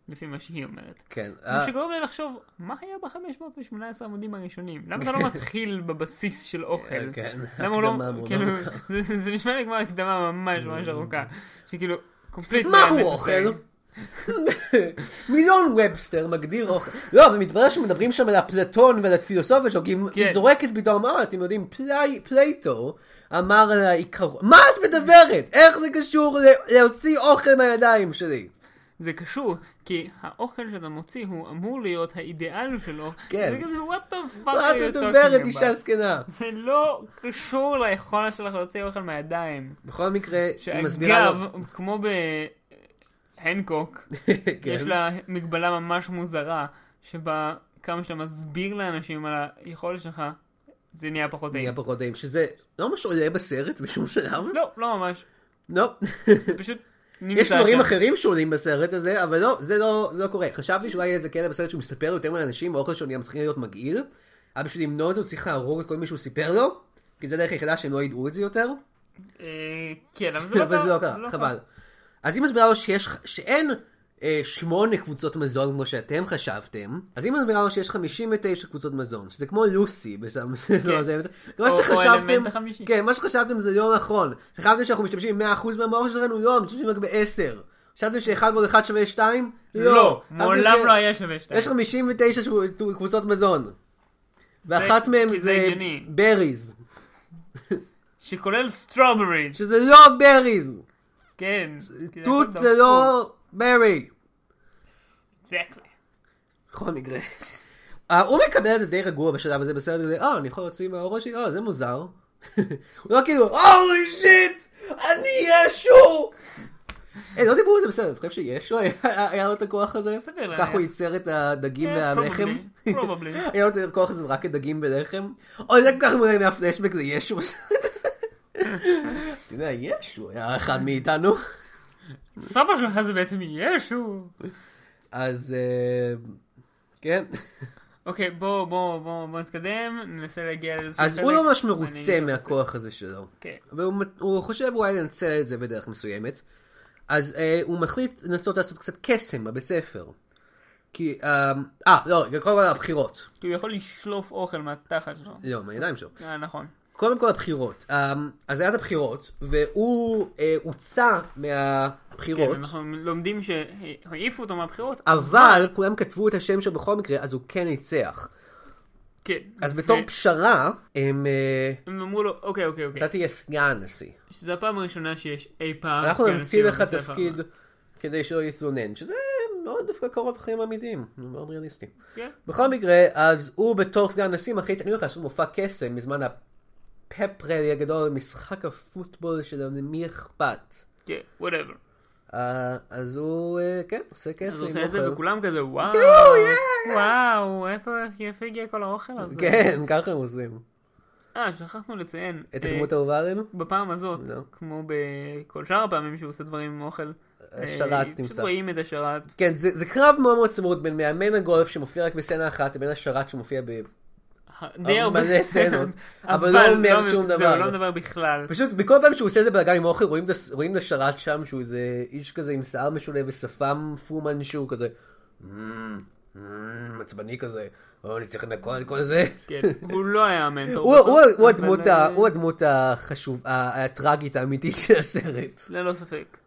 Speaker 2: לפי מה שהיא אומרת.
Speaker 1: כן,
Speaker 2: מה
Speaker 1: אה,
Speaker 2: שגורם לי לחשוב, מה היה ב-518 עמודים הראשונים? למה אתה לא מתחיל בבסיס של אוכל?
Speaker 1: אה, כן,
Speaker 2: למה הוא לא,
Speaker 1: הקדמה מאוד
Speaker 2: כאילו,
Speaker 1: ארוכה. אה.
Speaker 2: זה- זה זה נשמע לי כמו הקדמה ממש ממש ארוכה, שכאילו, קומפליט.
Speaker 1: מה הוא אוכל? מילון ובסטר מגדיר אוכל. לא, אבל מתברר שמדברים שם על אפלטון ועל הפילוסופיה שלו, כי היא-
Speaker 2: כן.
Speaker 1: היא זורקת פתאום, אה, אתם יודעים, פלי- פלייטו אמר על העיקרון. מה את מדברת? איך זה קשור ל- להוציא אוכל מהידיים שלי?
Speaker 2: זה קשור, כי האוכל שאתה מוציא הוא אמור להיות האידיאל של אוכל.
Speaker 1: כן.
Speaker 2: זה כזה, what the fuck
Speaker 1: מה
Speaker 2: are
Speaker 1: את
Speaker 2: you talking
Speaker 1: מדברת,
Speaker 2: about?"
Speaker 1: אישה זקנה?
Speaker 2: זה לא קשור ליכולת שלך להוציא אוכל מהידיים.
Speaker 1: בכל מקרה, היא מסבירה לו...
Speaker 2: שאגב, כמו בהנקוק,
Speaker 1: כן.
Speaker 2: יש לה מגבלה ממש מוזרה, שבה כמה שאתה מסביר לאנשים על היכולת שלך, זה נהיה פחות
Speaker 1: נהיה
Speaker 2: טעים.
Speaker 1: פחות טעים, כן, שזה לא ממש עולה בסרט בשום שלב.
Speaker 2: לא, לא ממש,
Speaker 1: לא.
Speaker 2: זה פשוט נמצא
Speaker 1: יש
Speaker 2: שם.
Speaker 1: דברים אחרים שעולים בסרט הזה, אבל לא, זה לא, זה לא קורה. חשבתי שאולי יהיה איזה קטע בסרט שהוא מספר יותר לאנשים, האוכל שלו נהיה מתחיל להיות מגעיל, אבל בשביל למנוע את זה הוא צריך להרוג את כל מי שהוא סיפר לו, כי זה הדרך היחידה שהם לא ידעו את זה יותר,
Speaker 2: אה, כן, אבל זה לא
Speaker 1: אבל
Speaker 2: קרה.
Speaker 1: זה לא קרה, חבל. אז היא מסבירה לו שיש, שאין אה, שמונה קבוצות מזון כמו שאתם חשבתם, אז היא מסבירה לו שיש 59 קבוצות מזון, שזה כמו לוסי בשלב מסוים. לא מה
Speaker 2: כן. או- או
Speaker 1: שחשבתם,
Speaker 2: האלמנט החמישי.
Speaker 1: כן, מה שחשבתם זה לא נכון. חשבתם שאנחנו משתמשים ב-100% מהמוח שלנו? לא, אנחנו משתמשים רק ב-10. חשבתם ש-1 ועוד 1 שווה 2?
Speaker 2: לא,
Speaker 1: חשבתם
Speaker 2: מעולם
Speaker 1: ש-
Speaker 2: לא היה שווה שתיים.
Speaker 1: יש 59 שבו- קבוצות מזון. ואחת
Speaker 2: זה-
Speaker 1: מהן
Speaker 2: כי זה
Speaker 1: זה
Speaker 2: הגיוני.
Speaker 1: בריז.
Speaker 2: שכולל סטרובריז.
Speaker 1: שזה לא בריז.
Speaker 2: כן.
Speaker 1: תות זה לא ברי.
Speaker 2: Exactly.
Speaker 1: בכל מקרה. אה, הוא מקבל את זה די רגוע בשלב הזה בסרט הזה, אה, אני יכול להוציא מהראש שלי? אה, זה מוזר. הוא לא כאילו, הולי שיט, אני ישו! אה, לא דיברו על זה בסרט, אני חושב שישו היה- היה לו את הכוח הזה?
Speaker 2: סביר להניח.
Speaker 1: כך הוא ייצר את הדגים
Speaker 2: כן,
Speaker 1: והלחם?
Speaker 2: probably, probably.
Speaker 1: היה לו את הכוח הזה רק כדגים ולחם? אוי, זה כל כך מודע מהפלשבק, זה ישו בסרט הזה. אתה יודע, ישו היה אחד מאיתנו.
Speaker 2: סבא שלך זה בעצם ישו.
Speaker 1: אז, אה, כן.
Speaker 2: אוקיי, בוא, בוא, בוא, בוא נתקדם, ננסה להגיע לאיזשהו
Speaker 1: אז הוא לא ממש מרוצה מהכוח הזה שלו.
Speaker 2: כן.
Speaker 1: והוא מ- הוא חושב אולי לנצל את זה בדרך מסוימת. אז אה, הוא מחליט לנסות לעשות קצת קסם בבית ספר. כי, אה, אה, לא, רגע, קודם כל הבחירות.
Speaker 2: כי הוא יכול לשלוף אוכל מהתחת שלו.
Speaker 1: לא, מהידיים שלו.
Speaker 2: אה, נכון.
Speaker 1: קודם כל הבחירות. אה, אז היה את הבחירות, והוא אה, הוצא מהבחירות,
Speaker 2: כן, אנחנו לומדים שהעיפו אותו מהבחירות.
Speaker 1: אבל כולם כתבו את השם שלו בכל מקרה, אז הוא כן ניצח.
Speaker 2: כן.
Speaker 1: אז בתור
Speaker 2: ו-
Speaker 1: פשרה, הם... אה,
Speaker 2: הם אמרו לו, אוקיי, אוקיי, אוקיי.
Speaker 1: אתה תהיה סגן נשיא.
Speaker 2: שזו הפעם הראשונה שיש אי פעם.
Speaker 1: אנחנו
Speaker 2: סגן
Speaker 1: נמציא לך
Speaker 2: אה, נשיא בבית הספר.
Speaker 1: תפקיד כדי שלא יתלונן, שזה מאוד דווקא קרוב לחיים אמיתיים, מאוד ריאליסטי.
Speaker 2: כן.
Speaker 1: בכל מקרה, אז הוא בתור סגן נשיא מחליט, אני הולך לעשות מופע קסם מזמן הפפרלי הגדול, משחק הפוטבול שלנו, למי אכפת?
Speaker 2: כן, וואטאבר.
Speaker 1: אה, אז הוא, אה, כן, עושה קסם.
Speaker 2: אז הוא עושה את
Speaker 1: אוכל.
Speaker 2: זה וכולם כזה, וואו. וואו, איפה איפה הגיע כל האוכל הזה?
Speaker 1: כן, ככה הם עושים.
Speaker 2: אה, שכחנו לציין.
Speaker 1: את
Speaker 2: אה,
Speaker 1: הדמות האהובה עלינו?
Speaker 2: בפעם הזאת,
Speaker 1: לא.
Speaker 2: כמו בכל שאר הפעמים שהוא עושה דברים עם אוכל,
Speaker 1: השרת
Speaker 2: אה, פשוט
Speaker 1: נמצא.
Speaker 2: רואים את השרת.
Speaker 1: כן, זה זה קרב מאוד מאוד צמוד בין מאמן הגולף שמופיע רק בסצנה אחת לבין השרת שמופיע ב...
Speaker 2: די הרבה
Speaker 1: מלא סצנות, אבל לא אומר שום דבר.
Speaker 2: זהו, לא מדבר בכלל.
Speaker 1: פשוט בכל פעם שהוא עושה איזה בלאגן עם אוכל, רואים את הס- רואים את השרת שם, שהוא איזה איש כזה עם שיער משולה ושפם פומן שהוא כזה... "מ, מ, "אמ, "Mm, עצבני כזה, או אני צריך לנקות את כל זה.
Speaker 2: כן, הוא לא היה המנטור.
Speaker 1: הוא-
Speaker 2: בסוף,
Speaker 1: הוא- הוא
Speaker 2: אבל,
Speaker 1: הדמות
Speaker 2: אה,
Speaker 1: ה- הוא הדמות החשובה, ה- הטראגית האמיתית של הסרט.
Speaker 2: ללא ספק.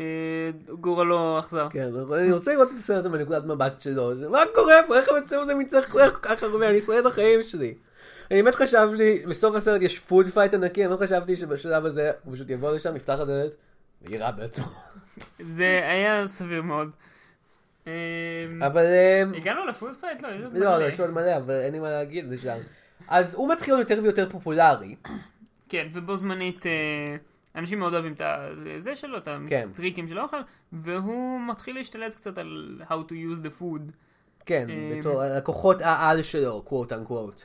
Speaker 2: אה, גורלו אכזר.
Speaker 1: כן, אני רוצה לראות את הסרט הזה מנקודת מבט שלו, של מה קורה פה, איך המצב הזה מצטרך כל כך הרבה, אני שונא את החיים שלי. אני באמת חשב לי, בסוף הסרט יש פוד פייט ענקי, אני באמת חשבתי שבשלב הזה הוא פשוט יבוא לשם, יפתח את הדלת, ויירה בעצמו.
Speaker 2: זה היה סביר מאוד. אה,
Speaker 1: אבל... אמ,
Speaker 2: הגענו לפוד פייט? לא, יש עוד
Speaker 1: לא,
Speaker 2: מלא.
Speaker 1: לא, יש עוד מלא, אבל אין לי מה להגיד לשם. אז הוא מתחיל להיות יותר ויותר פופולרי,
Speaker 2: כן, ובו זמנית אה, אנשים מאוד אוהבים את ה- זה שלו, את
Speaker 1: כן.
Speaker 2: הטריקים של האוכל, והוא מתחיל להשתלט קצת על how to use the food.
Speaker 1: כן,
Speaker 2: אמ,
Speaker 1: בתור הכוחות העל שלו, קוואט אנקוואט.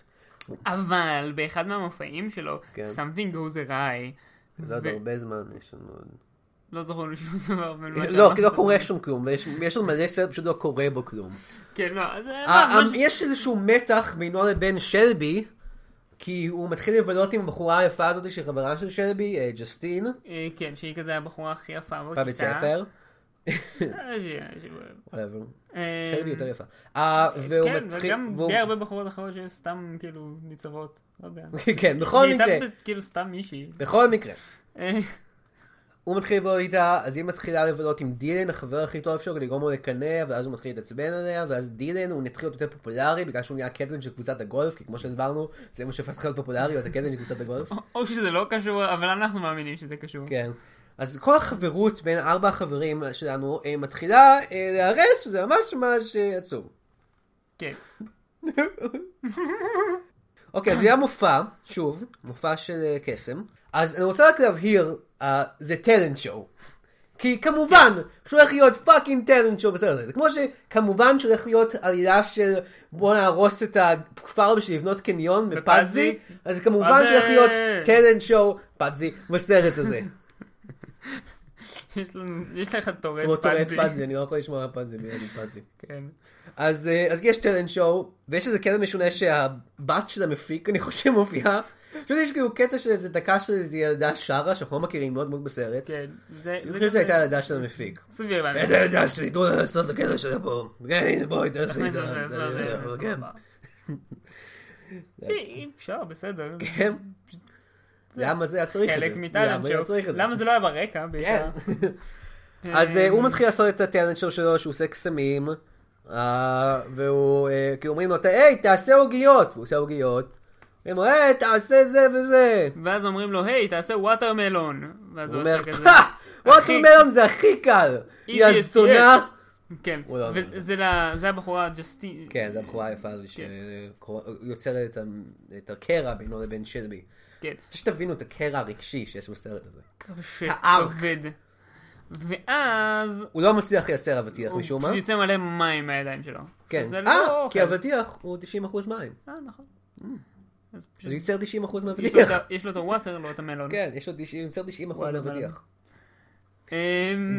Speaker 2: אבל באחד מהמופעים שלו,
Speaker 1: כן. לא
Speaker 2: something goes awry.
Speaker 1: זה עוד
Speaker 2: ו-
Speaker 1: הרבה זמן, יש לנו... עוד-
Speaker 2: לא זכור לי שום דבר. בין מה
Speaker 1: לא,
Speaker 2: שאמרת.
Speaker 1: לא קורה שם כלום, ויש- יש עוד מלא סרט, פשוט לא קורה בו כלום.
Speaker 2: כן, לא, אז... אה,
Speaker 1: ה-
Speaker 2: מה-
Speaker 1: ה-
Speaker 2: מה ש-
Speaker 1: יש איזשהו מתח בינו לבין שלבי, כי הוא מתחיל לבלות עם הבחורה היפה הזאת שהיא חברה של שלבי, אה, ג'סטין,
Speaker 2: אה, כן, שהיא כזה הבחורה הכי יפה בכיתה.
Speaker 1: בבית ספר.
Speaker 2: אה, ש- ש-
Speaker 1: whatever.
Speaker 2: אה,
Speaker 1: שלבי יותר יפה. אה, והוא
Speaker 2: כן,
Speaker 1: מתחיל...
Speaker 2: וגם
Speaker 1: והוא-
Speaker 2: די הרבה בחורות אחרות שהיו סתם כאילו ניצבות, לא יודע.
Speaker 1: כן, בכל
Speaker 2: היא
Speaker 1: מקרה,
Speaker 2: הייתה ב- כאילו סתם מישהי.
Speaker 1: בכל מקרה.
Speaker 2: אה,
Speaker 1: הוא מתחיל לבלות איתה, אז היא מתחילה לבלות עם דילן, החבר הכי טוב שלו, כדי לגרום לו לקנא, ואז הוא מתחיל להתעצבן עליה, ואז דילן הוא מתחיל להיות יותר פופולרי, בגלל שהוא נהיה הקפטן של קבוצת הגולף, כי כמו שהסברנו, זה מה שהופך להיות פופולרי, הוא הקפטן של קבוצת הגולף.
Speaker 2: או- או שזה לא קשור, אבל אנחנו מאמינים שזה קשור.
Speaker 1: כן. אז כל החברות בין ארבע החברים שלנו אה, מתחילה אה, להרס, וזה ממש ממש אה, עצוב.
Speaker 2: כן.
Speaker 1: אוקיי, אז היה מופע, שוב, מופע של אה, קסם. אז אני רוצה רק להבהיר, אה, זה טלנט שואו. כי כמובן שהולך להיות פאקינג טלנט שואו בסרט הזה. כמו שכמובן שהולך להיות עלילה של בוא נהרוס את הכפר בשביל לבנות קניון בפאדזי, אז כמובן
Speaker 2: פאדזי.
Speaker 1: שהולך להיות טלנט שואו פאדזי בסרט הזה.
Speaker 2: יש לנו- יש לך טורט
Speaker 1: כמו טורף
Speaker 2: פאנזי.
Speaker 1: פאדזי, אני לא יכול לשמוע על פאדזי, אני אגיד פאדזי.
Speaker 2: כן.
Speaker 1: אז, אה, אז יש טלנט שואו, ויש איזה קטע משונה שהבת של המפיק, אני חושב, מופיעה. פשוט יש כאילו קטע של איזה דקה של איזה ילדה שרה, שאנחנו לא מכירים מאוד מאוד בסרט.
Speaker 2: כן. זה
Speaker 1: אני
Speaker 2: זה
Speaker 1: חושב שזו
Speaker 2: כזה-
Speaker 1: הייתה ילדה של המפיק.
Speaker 2: סביר לנו.
Speaker 1: את הילדה שלי, תנו לה לעשות את הקטע שלה פה. כן, הנה, בואי, תעשי
Speaker 2: זה-
Speaker 1: את
Speaker 2: זה- זה- זה- זה-
Speaker 1: זה.
Speaker 2: זה-
Speaker 1: כן.
Speaker 2: סבבה. אי אפשר, בסדר.
Speaker 1: כן. למה זה היה צריך את זה?
Speaker 2: חלק מטאלנט
Speaker 1: למה היה צריך
Speaker 2: שואו.
Speaker 1: את זה?
Speaker 2: למה זה לא היה ברקע? בעיקר?
Speaker 1: כן.
Speaker 2: כן.
Speaker 1: אז אה, הוא מתחיל לעשות את הטאלנט שואו שלו, שהוא עושה קסמים, אה, והוא, אה, כי אומרים לו, "ת- היי, תעשה עוגיות, והוא עושה עוגיות. אומרים לו, היי, תעשה זה וזה.
Speaker 2: ואז אומרים לו, היי, תעשה ווטרמלון. ואז
Speaker 1: הוא
Speaker 2: הוא
Speaker 1: אומר, "אה!"
Speaker 2: עושה כזה.
Speaker 1: "פא, ווטרמלון זה הכי קל, היא
Speaker 2: Easiest
Speaker 1: הזונה.
Speaker 2: כן.
Speaker 1: הוא לא אומר את זה.
Speaker 2: וזה ל- זה הבחורה ג'סטין.
Speaker 1: כן, זו הבחורה היפה הזו שיוצרת את ה- את הקרע בינו לבין שלבי.
Speaker 2: כן.
Speaker 1: רוצה שתבינו את הקרע הרגשי שיש בסרט הזה. הארק.
Speaker 2: שכבד. ואז
Speaker 1: הוא לא מצליח לייצר אבטיח
Speaker 2: הוא
Speaker 1: משום מה.
Speaker 2: פשוט יוצא מלא מים מהידיים שלו.
Speaker 1: כן.
Speaker 2: זה לא
Speaker 1: אה,
Speaker 2: אוכל.
Speaker 1: כי אבטיח הוא 90% מים.
Speaker 2: אה, נכון. אז
Speaker 1: אז
Speaker 2: פשוט לא
Speaker 1: הוא ייצר 90%
Speaker 2: יש לו
Speaker 1: מאבטיח.
Speaker 2: את ה- יש לו את הוואטר, לא את המלון.
Speaker 1: כן, יש לו 90, יוצר 90 אחוז
Speaker 2: וואלה,
Speaker 1: מהאבטיח.
Speaker 2: אמ,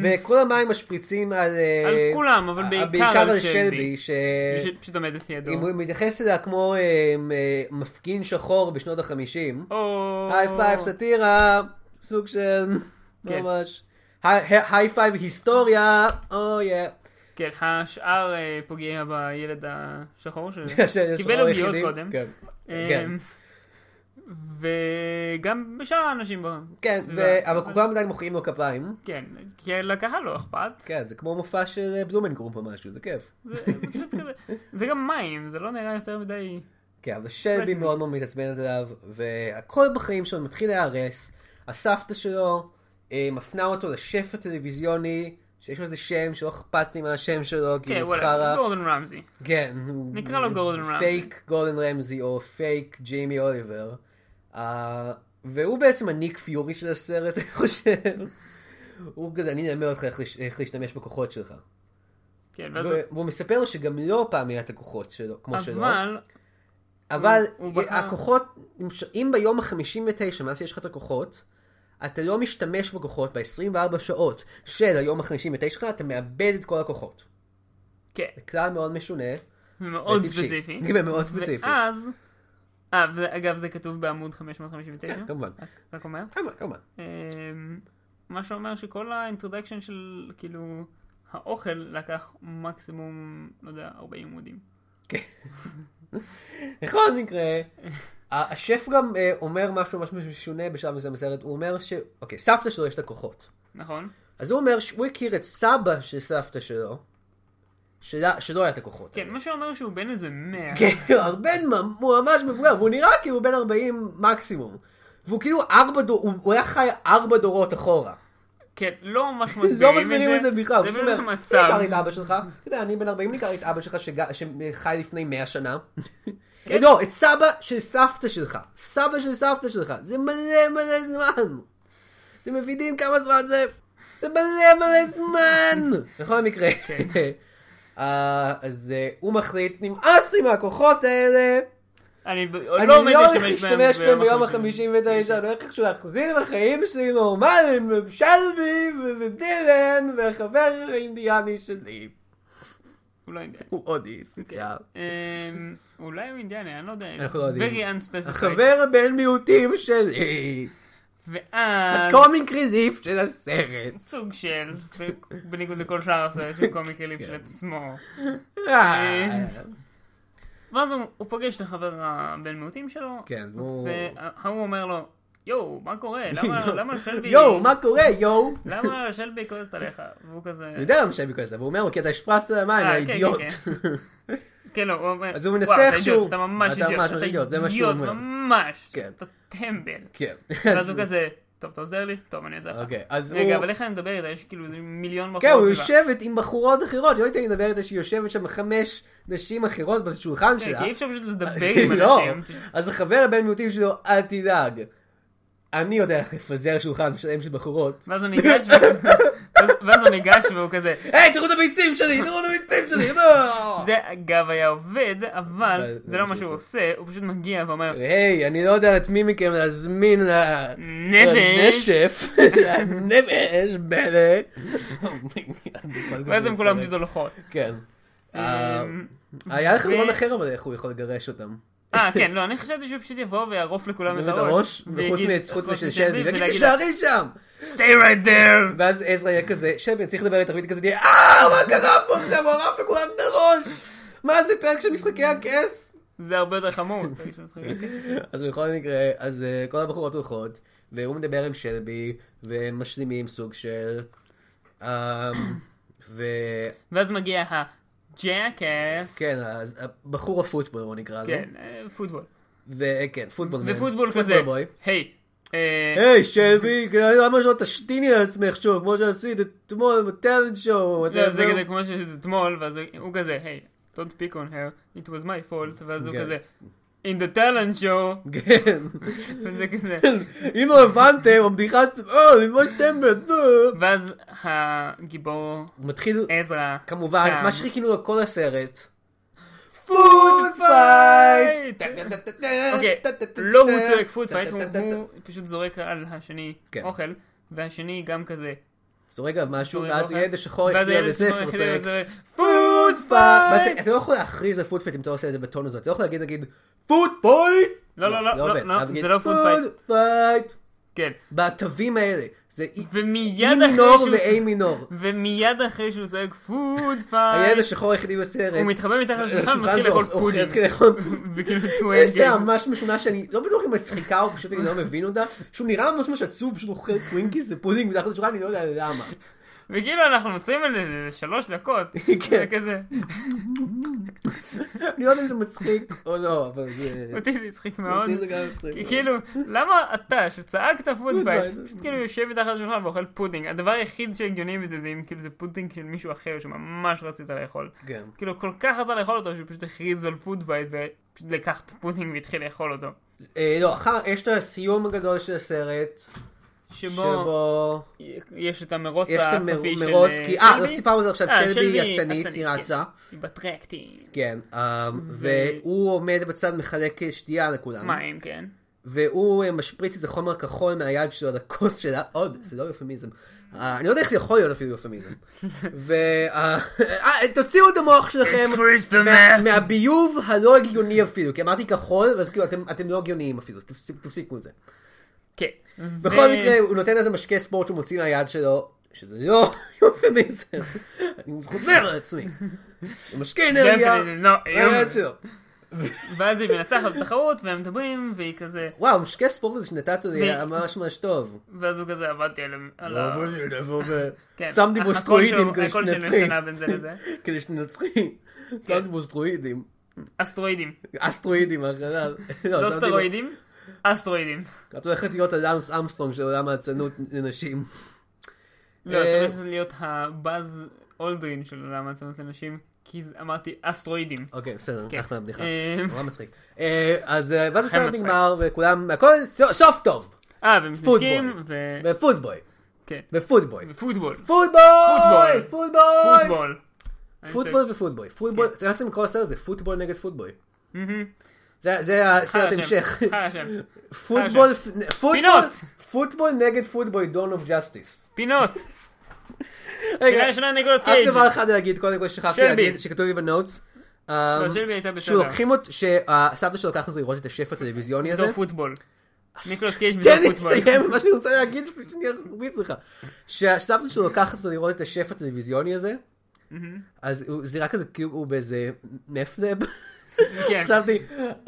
Speaker 1: וכל המים משפריצים על... אה,
Speaker 2: על כולם, אבל
Speaker 1: אה,
Speaker 2: בעיקר על
Speaker 1: בעיקר על שלבי,
Speaker 2: שלבי.
Speaker 1: שאם
Speaker 2: פשוט עומדת לידו.
Speaker 1: הוא מתייחס אליה כמו אה, אה, מפגין שחור בשנות החמישים.
Speaker 2: או...
Speaker 1: היי פייב סאטירה, סוג של...
Speaker 2: כן.
Speaker 1: ממש. היי פייב היסטוריה, אוי אה.
Speaker 2: כן, השאר אה, פוגע בילד השחור שלו.
Speaker 1: של- של
Speaker 2: קיבל עוגיות
Speaker 1: היחידים.
Speaker 2: קודם.
Speaker 1: כן.
Speaker 2: אמ,
Speaker 1: כן.
Speaker 2: וגם בשאר האנשים
Speaker 1: כן,
Speaker 2: בסביבה.
Speaker 1: ו- אבל כולם עדיין מוחאים לו כפיים.
Speaker 2: כן, כי לקהל לא אכפת.
Speaker 1: כן, זה כמו מופע של אה, בלומנגרופ או משהו, זה כיף.
Speaker 2: זה זה פשוט כזה, זה גם מים, זה לא נראה יותר מדי...
Speaker 1: כן, אבל שלבי מאוד מאוד מתעצבנת עליו, והכל בחיים שלו מתחיל להיהרס. הסבתא שלו אה, מפנה אותו לשף הטלוויזיוני, שיש לו איזה שם שלא אכפת לי מהשם שלו, כי
Speaker 2: כן,
Speaker 1: הוא
Speaker 2: וואלה,
Speaker 1: כאילו, חרא.
Speaker 2: גורדון רמזי.
Speaker 1: כן, הוא-
Speaker 2: נקרא לו גורדון רמזי.
Speaker 1: פייק גורדון רמזי, או פייק ג'יימי אוליבר. אה, והוא בעצם הניק פיורי של הסרט, אני חושב. הוא כזה, אני אלמד אותך איך לש- איך להשתמש בכוחות שלך.
Speaker 2: כן, ואז... הוא-
Speaker 1: והוא והוא מספר לו שגם לו פעם היה את הכוחות שלו, כמו שלו.
Speaker 2: אבל,
Speaker 1: אבל
Speaker 2: הוא- הוא בחר-
Speaker 1: הכוחות, אם ביום ה-59, מאז שיש לך את הכוחות, אתה לא משתמש בכוחות ב-24 שעות של היום ה-59 שלך, אתה מאבד את כל הכוחות.
Speaker 2: כן,
Speaker 1: זה כלל מאוד משונה.
Speaker 2: מאוד
Speaker 1: וטיפשי.
Speaker 2: ספציפי.
Speaker 1: כן, מאוד ספציפי.
Speaker 2: ואז... אה, ואגב, זה כתוב בעמוד 559.
Speaker 1: כן, כמובן.
Speaker 2: רק אומר.
Speaker 1: כמובן, כמובן.
Speaker 2: אמ, מה שאומר שכל האינטרדקשן של, כאילו, האוכל לקח מקסימום, לא יודע, 40 עמודים.
Speaker 1: כן. בכל מקרה, ה- השף גם אה, אומר משהו ממש משונה בשלב מסוים בסרט, הוא אומר ש... אוקיי, סבתא שלו יש לה כוחות.
Speaker 2: נכון?
Speaker 1: אז הוא אומר שהוא הכיר את סבא של סבתא שלו, שלה- שלא היה את הכוחות.
Speaker 2: כן, מה שאומר שהוא בן איזה 100.
Speaker 1: כן, ארבן ממ- הוא ממש מבוגר, והוא נראה כאילו בן 40 מקסימום. והוא כאילו ארבע דור, הוא- הוא היה חי ארבע דורות אחורה.
Speaker 2: כן, לא ממש מסבירים את זה.
Speaker 1: לא מסבירים את זה בכלל.
Speaker 2: זה
Speaker 1: הוא כאילו
Speaker 2: בן
Speaker 1: אומר,
Speaker 2: אדם
Speaker 1: "מי
Speaker 2: מצב.
Speaker 1: הכר את אבא שלך, אתה יודע, אני בן 40, מי הכר את אבא שלך שג- שחי לפני 100 שנה. אה,
Speaker 2: כן.
Speaker 1: לא, את סבא של סבתא שלך. סבא של סבתא שלך. זה מלא מלא זמן. אתם מבינים כמה זמן זה? זה מלא מלא זמן. בכל מקרה.
Speaker 2: כן.
Speaker 1: אה, אז אה, הוא מחליט, נמאס לי מהכוחות האלה.
Speaker 2: אני ב-
Speaker 1: אני
Speaker 2: לא עומד
Speaker 1: לא הולך
Speaker 2: להשתמש בהם
Speaker 1: להשתמש בהם ביום
Speaker 2: החמישי.
Speaker 1: ה-59, אני הולך איכשהו להחזיר לחיים שלי נורמליים, ושלבי, ו- ודילן, והחבר האינדיאני שלי.
Speaker 2: הוא לא יודע.
Speaker 1: הוא הודי, סליחה.
Speaker 2: אמ, אולי הוא אינדיאני, אני לא יודע.
Speaker 1: אנחנו לא יודעים.
Speaker 2: Very unspecified.
Speaker 1: החבר הבן מיעוטים שלי.
Speaker 2: ואז...
Speaker 1: הקומיק ריליף של הסרט.
Speaker 2: סוג של, בניגוד לכל שאר הסרט של קומיק אליף
Speaker 1: כן.
Speaker 2: של עצמו.
Speaker 1: אה,
Speaker 2: ואז הוא, הוא פוגש את החבר הבן מיעוטים שלו,
Speaker 1: כן, הוא...
Speaker 2: וההוא אומר לו, יואו, מה קורה? למה, למה שלבי...
Speaker 1: יואו, מה קורה, יואו?
Speaker 2: למה שלבי כועסת עליך? והוא כזה...
Speaker 1: אני יודע למה שבי כועס, אבל הוא אומר לו, כי אתה השפרצת על המים,
Speaker 2: אה, כן, כן,
Speaker 1: האידיוט.
Speaker 2: כן, לא, הוא אומר,
Speaker 1: אז הוא מנסה
Speaker 2: "וואו, אתה
Speaker 1: איכשהו-
Speaker 2: אידיוט, אתה ממש
Speaker 1: אתה ממש
Speaker 2: אידיוט, אתה
Speaker 1: אידיוט, זה מה שהוא
Speaker 2: אידיוט,
Speaker 1: אומר.
Speaker 2: ממש,
Speaker 1: כן.
Speaker 2: אתה טמבל.
Speaker 1: כן.
Speaker 2: ואז הוא כזה, טוב, אתה עוזר לי? טוב, אני עוזר לך.
Speaker 1: אוקיי, אז הוא...
Speaker 2: רגע, אבל איך אני מדבר איתה? יש כאילו איזה מיליון
Speaker 1: כן, הוא
Speaker 2: סביבה.
Speaker 1: יושבת עם בחורות אחרות, לא הייתי מדבר איתה שהיא יושבת שם חמש נשים אחרות בשולחן
Speaker 2: כן,
Speaker 1: שלה.
Speaker 2: כי אי אפשר פשוט לדבר עם
Speaker 1: לא,
Speaker 2: אנשים. פשוט-
Speaker 1: אז החבר הבן מיעוטים שלו, אל תדאג. אני יודע איך לפזר שולחן שלם של בחורות.
Speaker 2: ואז הוא ניגש, ו- ואז- ואז הוא ניגש והוא כזה,
Speaker 1: היי, תראו את הביצים שלי, תראו את הביצים שלי, לא!
Speaker 2: זה אגב היה עובד, אבל
Speaker 1: אבל
Speaker 2: זה לא מה שהוא עושה, הוא פשוט מגיע ואומר,
Speaker 1: היי, אני לא יודע את מי מכם להזמין ל-
Speaker 2: נפש,
Speaker 1: לנשף, לנפש, בנט.
Speaker 2: ואז הם כולם פשוט הולכות.
Speaker 1: כן. אה,
Speaker 2: אמ,
Speaker 1: היה לך
Speaker 2: ו-
Speaker 1: רעיון אחר, אבל איך הוא יכול לגרש אותם.
Speaker 2: אה, כן, לא, אני חשבתי שהוא פשוט יבוא ויערוף לכולם
Speaker 1: את הראש, וחוץ
Speaker 2: ויגיד-
Speaker 1: מחוץ
Speaker 2: חוץ
Speaker 1: משל
Speaker 2: משל
Speaker 1: שלבי, ויגיד
Speaker 2: ולהגיד לה,
Speaker 1: תישארי שם!
Speaker 2: stay right there.
Speaker 1: ואז עזרא יהיה כזה, שלבי, אני צריך לדבר איתך, והיא כזה תהיה, אה, מה קרה פה עכשיו, הוא ערף לכולם את הראש! מה זה פרק של משחקי הכס?
Speaker 2: זה הרבה יותר חמור. תגיד שהוא משחק.
Speaker 1: אז בכל מקרה, אז אה, כל הבחורות הולכות, והוא מדבר עם שלבי, והם משלימים סוג של... אה, ו...
Speaker 2: ואז מגיע הג'קאס.
Speaker 1: כן, אוקיי. אז הבחור הפוטבול, הוא נקרא לו. אה, כן,
Speaker 2: כן, אה, פוטבול.
Speaker 1: וכן, פוטבול. מן.
Speaker 2: ופוטבול כזה,
Speaker 1: בוי.
Speaker 2: היי, אה,
Speaker 1: היי, שלבי, למה שלא תשתיני על עצמך שוב, כמו שעשית אתמול בטאלנט שואו?
Speaker 2: לא, זה כזה כמו שזה אתמול, ואז הוא כזה, היי, don't pick on her, it was my fault, ואז הוא
Speaker 1: כן.
Speaker 2: כזה, in the talent show,
Speaker 1: כן.
Speaker 2: וזה כזה,
Speaker 1: אם לא הבנתם, הבדיחה של... אה, לא או, ללמוד טמבל, נו.
Speaker 2: ואז הגיבור
Speaker 1: הוא מתחיל,
Speaker 2: עזרא,
Speaker 1: כמובן, את
Speaker 2: קם.
Speaker 1: מה שחיכינו לו כל הסרט.
Speaker 2: פוד פייט!
Speaker 1: כן,
Speaker 2: אוקיי,
Speaker 1: אוקיי,
Speaker 2: לא הוא צועק פוד פייט, הוא פשוט זורק על השני
Speaker 1: כן.
Speaker 2: אוכל, והשני גם כזה,
Speaker 1: זורק עליו משהו,
Speaker 2: זורק
Speaker 1: ואז
Speaker 2: אוכל.
Speaker 1: הילד השחור
Speaker 2: אוקיי. ואז
Speaker 1: יחליט
Speaker 2: הילד
Speaker 1: על זה,
Speaker 2: השחור
Speaker 1: והוא
Speaker 2: יחליט על
Speaker 1: צועק.
Speaker 2: זה, פוד
Speaker 1: פייט!
Speaker 2: פייט!
Speaker 1: אתה לא יכול להכריז על פוד פייט אם אתה עושה את זה בטון הזה, אתה לא יכול להגיד, נגיד, פוד פייט!
Speaker 2: לא, לא, לא, לא,
Speaker 1: עובד.
Speaker 2: לא,
Speaker 1: חייב
Speaker 2: זה
Speaker 1: להגיד,
Speaker 2: לא פוד פייט."
Speaker 1: "פוד פייט.
Speaker 2: כן,
Speaker 1: בתווים האלה, זה E אי
Speaker 2: ומיד אחרי
Speaker 1: מינור
Speaker 2: שהוא...
Speaker 1: ואי מינור.
Speaker 2: ומיד אחרי שהוא צועק פוד פייט!
Speaker 1: הילד השחור היחידי בסרט.
Speaker 2: הוא מתחבא מתחת לשולחן
Speaker 1: לשולחן
Speaker 2: ומתחיל לאכול
Speaker 1: ואוכל-
Speaker 2: פודים.
Speaker 1: מתחיל לאכול
Speaker 2: וכאילו
Speaker 1: זה
Speaker 2: טווינגל.
Speaker 1: ממש משונה שאני לא בטוח אם מצחיקה או פשוט אני לא מבין אותה, שהוא נראה ממש ממש עצוב, פשוט אוכל טווינקיס ופודינג מתחת לשולחן, אני לא יודע למה.
Speaker 2: וכאילו אנחנו מצאים על זה שלוש דקות.
Speaker 1: כן.
Speaker 2: כזה.
Speaker 1: אני לא יודע אם זה מצחיק או לא, אבל זה...
Speaker 2: אותי זה הצחיק מאוד.
Speaker 1: אותי זה גם מצחיק.
Speaker 2: כי כאילו, למה אתה, שצעקת פוד
Speaker 1: פוד
Speaker 2: פייט,
Speaker 1: פייט.
Speaker 2: פשוט כאילו יושב מתחת לשולחן ואוכל פודינג. הדבר היחיד שהגיוני בזה זה אם כאילו זה פודינג של מישהו אחר שממש רצית לאכול.
Speaker 1: כן.
Speaker 2: כאילו כל כך רצה לאכול אותו שהוא פשוט הכריז על פוד פייט ופשוט לקח את הפודינג והתחיל לאכול אותו.
Speaker 1: אה, לא, אחר, יש את הסיום הגדול של הסרט,
Speaker 2: שבו
Speaker 1: שבו
Speaker 2: יש את המרוץ
Speaker 1: יש את
Speaker 2: הסופי של...
Speaker 1: המרוץ, כי... אה,
Speaker 2: שלבי.
Speaker 1: לא סיפרנו את זה עכשיו,
Speaker 2: אה,
Speaker 1: שלבי היא אצנית, היא
Speaker 2: כן.
Speaker 1: רצה.
Speaker 2: היא בטרקטים.
Speaker 1: כן, אה, והוא עומד בצד מחלק שתייה לכולם.
Speaker 2: מים, כן.
Speaker 1: והוא אה, משפריץ איזה חומר כחול מהיד שלו לכוס שלה, עוד, זה לא יופמיזם. אה, אני לא יודע איך זה יכול להיות אפילו יופמיזם. ו... אה, אה, תוציאו את המוח שלכם
Speaker 2: crystal
Speaker 1: כן. מה-
Speaker 2: meth.
Speaker 1: מהביוב הלא הגיוני אפילו, כי אמרתי כחול, ואז כאילו אתם- אתם לא הגיוניים אפילו, תפסיק- תפסיקו את זה.
Speaker 2: כן. אה.
Speaker 1: בכל מקרה, הוא נותן איזה משקה ספורט שהוא מוציא מהיד שלו, שזה לא יופמיזם, אני חוזר על עצמי. הוא משקיע אנרגיה,
Speaker 2: גם כדי- לא,
Speaker 1: והיד שלו.
Speaker 2: ואז היא מנצחת בתחרות והם מדברים והיא כזה
Speaker 1: וואו, משקה ספורט הזה שנתת לי היה
Speaker 2: מי-
Speaker 1: ממש ממש טוב.
Speaker 2: ואז הוא כזה עבדתי על ה- על
Speaker 1: לא
Speaker 2: ה... כן,
Speaker 1: שמתי בו
Speaker 2: הקול
Speaker 1: סטרואידים
Speaker 2: שלו-
Speaker 1: כדי
Speaker 2: הקול שלו
Speaker 1: שתנצחי.
Speaker 2: השתנה בין זה לזה.
Speaker 1: כדי שתנצחי. שמתי בו סטרואידים.
Speaker 2: אסטרואידים.
Speaker 1: אסטרואידים, הכלל.
Speaker 2: לא סטרואידים, אסטרואידים.
Speaker 1: את הולכת להיות אדאמס אמסטרונג של עולם העצנות לנשים.
Speaker 2: לא,
Speaker 1: אה,
Speaker 2: אתה הולך להיות הבאז אולדרין של עולם העצמות לנשים, כי זה- אמרתי אסטרואידים.
Speaker 1: אוקיי, בסדר,
Speaker 2: כן.
Speaker 1: אחלה בדיחה.
Speaker 2: אה,
Speaker 1: נורא מצחיק. אה, אז אה, ואז הסרט
Speaker 2: מצחיק.
Speaker 1: נגמר, וכולם, הכל ס- סוף טוב.
Speaker 2: אה, והם מתנשקים,
Speaker 1: פוטבול.
Speaker 2: ו...
Speaker 1: בפוטבוי.
Speaker 2: כן.
Speaker 1: בפוטבוי.
Speaker 2: ופוטבול.
Speaker 1: פוטבוי! פוטבוי!
Speaker 2: פוטבול.
Speaker 1: פוטבול ופוטבוי. פוטבול, אתם צריכים לקרוא לסרט הזה, פוטבול נגד פוטבוי.
Speaker 2: מהמם.
Speaker 1: זה זה הסרט
Speaker 2: השם,
Speaker 1: המשך.
Speaker 2: חי השם.
Speaker 1: פוטבול, פוטבול,
Speaker 2: פינות!
Speaker 1: פוטבול נגד פוטבוי, דון אוף ג'סטיס.
Speaker 2: פינות. פינה ראשונה ניקולס
Speaker 1: רק
Speaker 2: קייג'.
Speaker 1: דבר אחד להגיד, קודם כל שכחתי
Speaker 2: שלבי.
Speaker 1: להגיד, שכתוב לי בנוטס. אמ,
Speaker 2: שלבי לא, הייתה בסדר.
Speaker 1: שלוקחים אותו, שהסבתא שלו לקחת אותו לראות את השף הטלוויזיוני הזה.
Speaker 2: בתור פוטבול. ניקולס קייג' בתור
Speaker 1: תן לי
Speaker 2: לא פוטבול.
Speaker 1: לסיים מה שאני רוצה להגיד לפני שאני ארביץ לך. שהסבתא שלו לוקחת אותו לראות את השף הטלוויזיוני הזה, אז הוא- זה נראה כזה כאילו הוא באיזה נפנב.
Speaker 2: כן.
Speaker 1: חשבתי,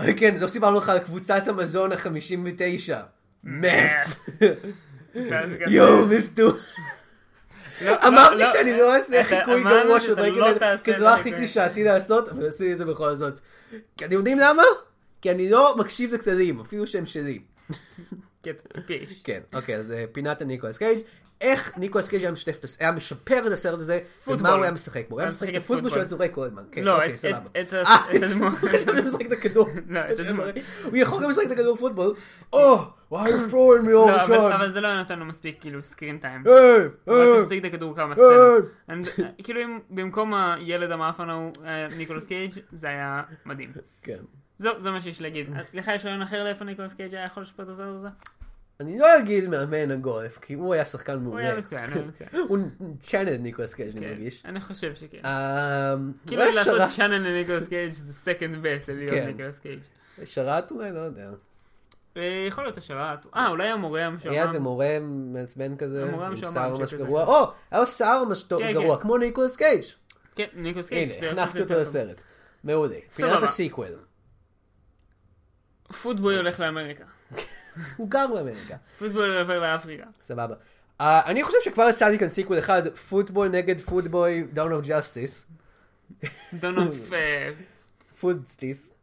Speaker 1: "אוי, כן, לא סיפרנו לך על קבוצת המזון החמישים ותשע. מף.
Speaker 2: ואז כזה-
Speaker 1: יואו, מיסטו.
Speaker 2: אה, לא,
Speaker 1: אמרתי
Speaker 2: לא, לא.
Speaker 1: שאני לא אעשה
Speaker 2: אתה-
Speaker 1: חיקוי
Speaker 2: אמרנו
Speaker 1: גרוע של
Speaker 2: שאתה
Speaker 1: מייקל
Speaker 2: לא
Speaker 1: אנדרסון,
Speaker 2: תעשה
Speaker 1: כי זה
Speaker 2: את
Speaker 1: לא הכי
Speaker 2: החיקוי.
Speaker 1: קלישאתי לעשות, אבל עשיתי את זה בכל זאת. כי אתם יודעים למה? כי אני לא מקשיב לכללים, אפילו שהם שלי.
Speaker 2: כן, אתה טיפש.
Speaker 1: כן, אוקיי, אז אה, פינת הניקולס קייג'. איך ניקולס קייג' היה משתף את הס- היה משפר את הסרט הזה, ומה
Speaker 2: פוטבול.
Speaker 1: הוא היה משחק בו? הוא היה משחק את הפוטבול שהוא היה זורק כל הזמן. כן,
Speaker 2: לא,
Speaker 1: אוקיי,
Speaker 2: את-
Speaker 1: סבבה.
Speaker 2: את- את ה-
Speaker 1: אה,
Speaker 2: את הדמות.
Speaker 1: חשבתי שהוא משחק את הכדור.
Speaker 2: לא, את הדמות.
Speaker 1: הוא יכול גם לשחק את הכדור פוטבול. Oh, או, וואי, פרורן מי אור
Speaker 2: לא, אבל- אבל זה לא נתן לו מספיק כאילו סקרין טיים. אבל אתה תשיג את הכדור כמה
Speaker 1: אה.
Speaker 2: סצנות. אני- כאילו אם במקום הילד המאפן ההוא, אה, ניקולס קייג', זה היה מדהים.
Speaker 1: כן.
Speaker 2: זהו, זה מה שיש להגיד. אה, לך יש רעיון אחר לאיפה ניקולס קייג' היה יכול לשפוט את הסרט הזה?
Speaker 1: אני לא אגיד מאמן הגולף, כי הוא היה שחקן מעולה.
Speaker 2: הוא היה מצוין, הוא היה מצוין.
Speaker 1: הוא צ'אנד ניקולס קייג' אני
Speaker 2: כן,
Speaker 1: מרגיש.
Speaker 2: אני חושב שכן.
Speaker 1: אה, הוא
Speaker 2: כאילו
Speaker 1: היה
Speaker 2: לעשות
Speaker 1: שרת.
Speaker 2: צ'אנל לניקולס קייג' זה second best
Speaker 1: כן.
Speaker 2: ללהיות ניקולס קייג'.
Speaker 1: שרת אולי? לא יודע.
Speaker 2: אה, יכול להיות השרת. אה, אולי המורה המשועמם.
Speaker 1: היה איזה מורה מעצבן כזה,
Speaker 2: המורה
Speaker 1: עם
Speaker 2: משועמם
Speaker 1: שיער ממש
Speaker 2: שכזה.
Speaker 1: גרוע. או, היה לו שיער ממש טוב-
Speaker 2: כן,
Speaker 1: גרוע,
Speaker 2: כן.
Speaker 1: כמו ניקולס קייג'.
Speaker 2: כן, ניקולס קייג'.
Speaker 1: הנה,
Speaker 2: זה עושה את
Speaker 1: הכנסתי
Speaker 2: זה
Speaker 1: אותו
Speaker 2: יותר טוב.
Speaker 1: לסרט. מעולה.
Speaker 2: סבבה.
Speaker 1: פינת הסיקוול.
Speaker 2: פוטבוי הולך לאמריקה.
Speaker 1: הוא גר באמריקה.
Speaker 2: פוטבוי עובר לאפריקה.
Speaker 1: סבבה. אה, אני חושב שכבר יצאתי כאן סיקוול אחד, פוטבול נגד פוטבוי, דאון אוף ג'סטיס.
Speaker 2: Don't know, אה,
Speaker 1: פודסטיס.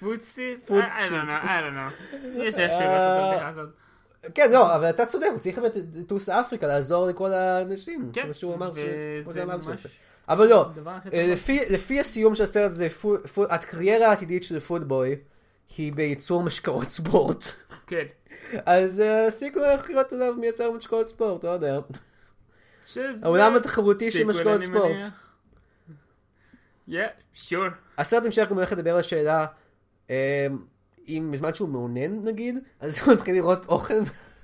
Speaker 2: פוטסיס? אה, I I
Speaker 1: פוטסיס.
Speaker 2: don't know, I don't know. יש איך לעשות את
Speaker 1: אה.
Speaker 2: הבדיחה הזאת.
Speaker 1: כן, לא, אבל אתה צודק, הוא צריך באמת לטוס לאפריקה, לעזור לכל האנשים.
Speaker 2: כן,
Speaker 1: כמו שהוא אמר, ש-
Speaker 2: וזה
Speaker 1: כמו שהוא אמר שהוא
Speaker 2: ממש
Speaker 1: עושה. אבל לא,
Speaker 2: הדבר הכי
Speaker 1: אה,
Speaker 2: טוב.
Speaker 1: לפי- לפי הסיום של הסרט הזה, פו- פו- הקריירה העתידית של פוטבוי היא בייצור משקאות ספורט.
Speaker 2: כן.
Speaker 1: אז אה, הסיקוול הולך לראות עליו מייצר משקאות ספורט, לא יודע.
Speaker 2: שזה-
Speaker 1: העולם התחרותי של
Speaker 2: סיקוול,
Speaker 1: משקאות
Speaker 2: אני
Speaker 1: ספורט.
Speaker 2: מניח. Yeah, sure.
Speaker 1: הסרט המשך גם הולך לדבר על השאלה, אה, אם בזמן שהוא מאונן נגיד, אז הוא מתחיל לראות אוכל.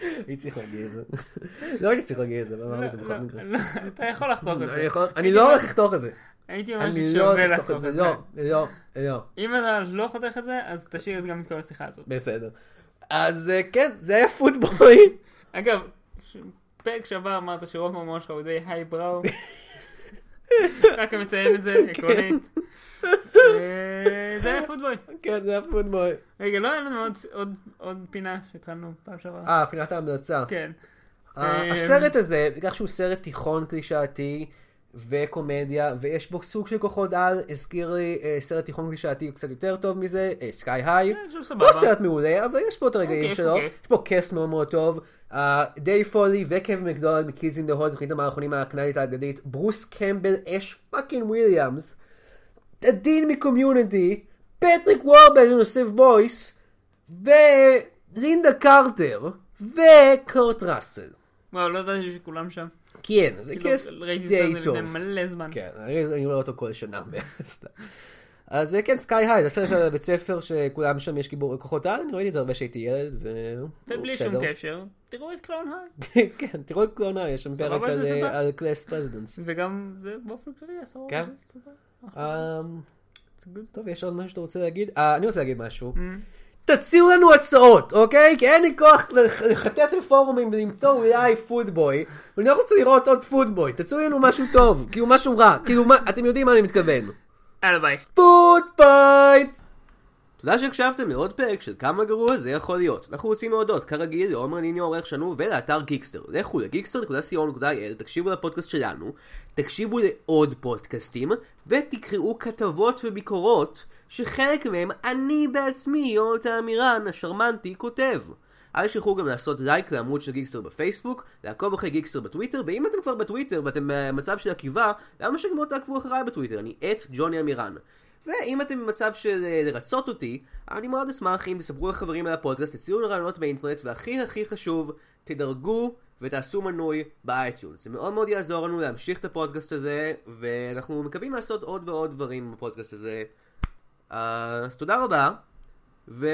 Speaker 1: הייתי צריך להגיד את זה. לא הייתי צריך להגיד את זה, אבל אמרתי את זה בכל
Speaker 2: לא,
Speaker 1: מקרה.
Speaker 2: לא, אתה יכול לחתוך את
Speaker 1: אני
Speaker 2: זה.
Speaker 1: יכול- אני לא הולך לחתוך את זה.
Speaker 2: הייתי אומר
Speaker 1: אני לא
Speaker 2: ששווה
Speaker 1: הולך לחתוך את
Speaker 2: לחתוך
Speaker 1: זה. לא, לא, לא.
Speaker 2: אם אתה לא חותך את זה, אז תשאיר את גם את כל השיחה הזאת.
Speaker 1: בסדר. אז אה, כן, זה היה פוטבוי.
Speaker 2: אגב, ש- פרק שעבר אמרת שרוב המאמר שלך הוא די היי בראו. רק מציין את זה
Speaker 1: כן.
Speaker 2: עקרונית. אה, זה היה פוטבוי.
Speaker 1: כן, זה היה פוטבוי.
Speaker 2: רגע, לא היה לנו עוד- עוד- עוד פינה שהתחלנו פעם שעברה.
Speaker 1: אה, פינת ההמלצה.
Speaker 2: כן.
Speaker 1: ה- הסרט הזה, בגלל שהוא סרט תיכון קלישאתי וקומדיה, ויש בו סוג של כוחות על, הזכיר לי אה, סרט תיכון קלישאתי קצת יותר טוב מזה, אה, סקאי היי.
Speaker 2: שהוא סבבה.
Speaker 1: לא סרט מעולה, אבל יש פה את הרגעים
Speaker 2: אוקיי,
Speaker 1: שלו.
Speaker 2: אוקיי.
Speaker 1: יש פה קאסט מאוד מאוד טוב. אה, דייב פולי וקב מקדונלד מקידס אין דה הול, תוכנית המערכונים הקנדית האגדית. ברוס קמבל, אש פאקינג וויליאמס. הדין מקומיוניטי. פטריק וורבן יוסף בויס. ולינדה קרטר. וקורט ראסל.
Speaker 2: וואו, לא ידעתי שכולם שם.
Speaker 1: כן, זה
Speaker 2: כאילו,
Speaker 1: קאסט
Speaker 2: ראיתי את
Speaker 1: די
Speaker 2: זה
Speaker 1: טוב.
Speaker 2: לפני מלא זמן.
Speaker 1: כן, אני אני רואה אותו כל שנה בערך. אז אה, כן, סקאי היי, זה סרט על בית ספר שכולם שם יש גיבור כוחות על, אני ראיתי את זה הרבה כשהייתי ילד, ו...
Speaker 2: ובלי
Speaker 1: בסדר.
Speaker 2: שום קשר, תראו את קלון היי.
Speaker 1: כן, תראו את קלונה, יש שם
Speaker 2: סבבה
Speaker 1: פרק על,
Speaker 2: שזה
Speaker 1: אה,
Speaker 2: סבבה.
Speaker 1: על קלאס פרזידנס.
Speaker 2: וגם זה באופן כללי אוקיי, עשור.
Speaker 1: כן.
Speaker 2: נכון.
Speaker 1: אמ,
Speaker 2: Mm.
Speaker 1: טוב, יש עוד משהו שאתה רוצה להגיד? אה, אני רוצה להגיד משהו. תציעו לנו הצעות, אוקיי? כי אין לי כוח לח- לחטט בפורומים ולמצוא אולי פודבוי, ואני לא רוצה לראות עוד פודבוי, תציעו לנו משהו טוב, כאילו משהו רע, כאילו מה, אתם יודעים מה אני מתכוון.
Speaker 2: יאללה ביי.
Speaker 1: פוד פייט! תודה שהקשבתם לעוד פרק של כמה גרוע זה יכול להיות. אנחנו רוצים להודות, כרגיל, לעומר ניניו העורך שלנו ולאתר גיקסטר. לכו לגיקסטר.co.il, תקשיבו לפודקאסט שלנו, תקשיבו לעוד פודקאסטים, ותקראו כתבות וביקורות, שחלק מהם אני בעצמי, יונתן עמירן, השרמנטי, כותב. אל תשכחו גם לעשות לייק לעמוד של גיקסטר בפייסבוק, לעקוב אחרי גיקסטר בטוויטר, ואם אתם כבר בטוויטר ואתם אה, במצב של עקיבה, למה שגם לא תעקבו אחריי בטוויטר? אני את ג'וני עמירן. ואם אתם במצב של אה, לרצות אותי, אני מאוד אשמח אם תספרו לחברים על הפודקאסט, תציעו לי רעיונות באינטרנט, והכי הכי חשוב, תדרגו ותעשו מנוי באייטיונס. זה מאוד מאוד יעזור לנו להמשיך את הפודקאסט הזה, ואנחנו מקווים לעשות עוד ועוד דברים בפודקאסט הזה. אז תודה רבה, ו...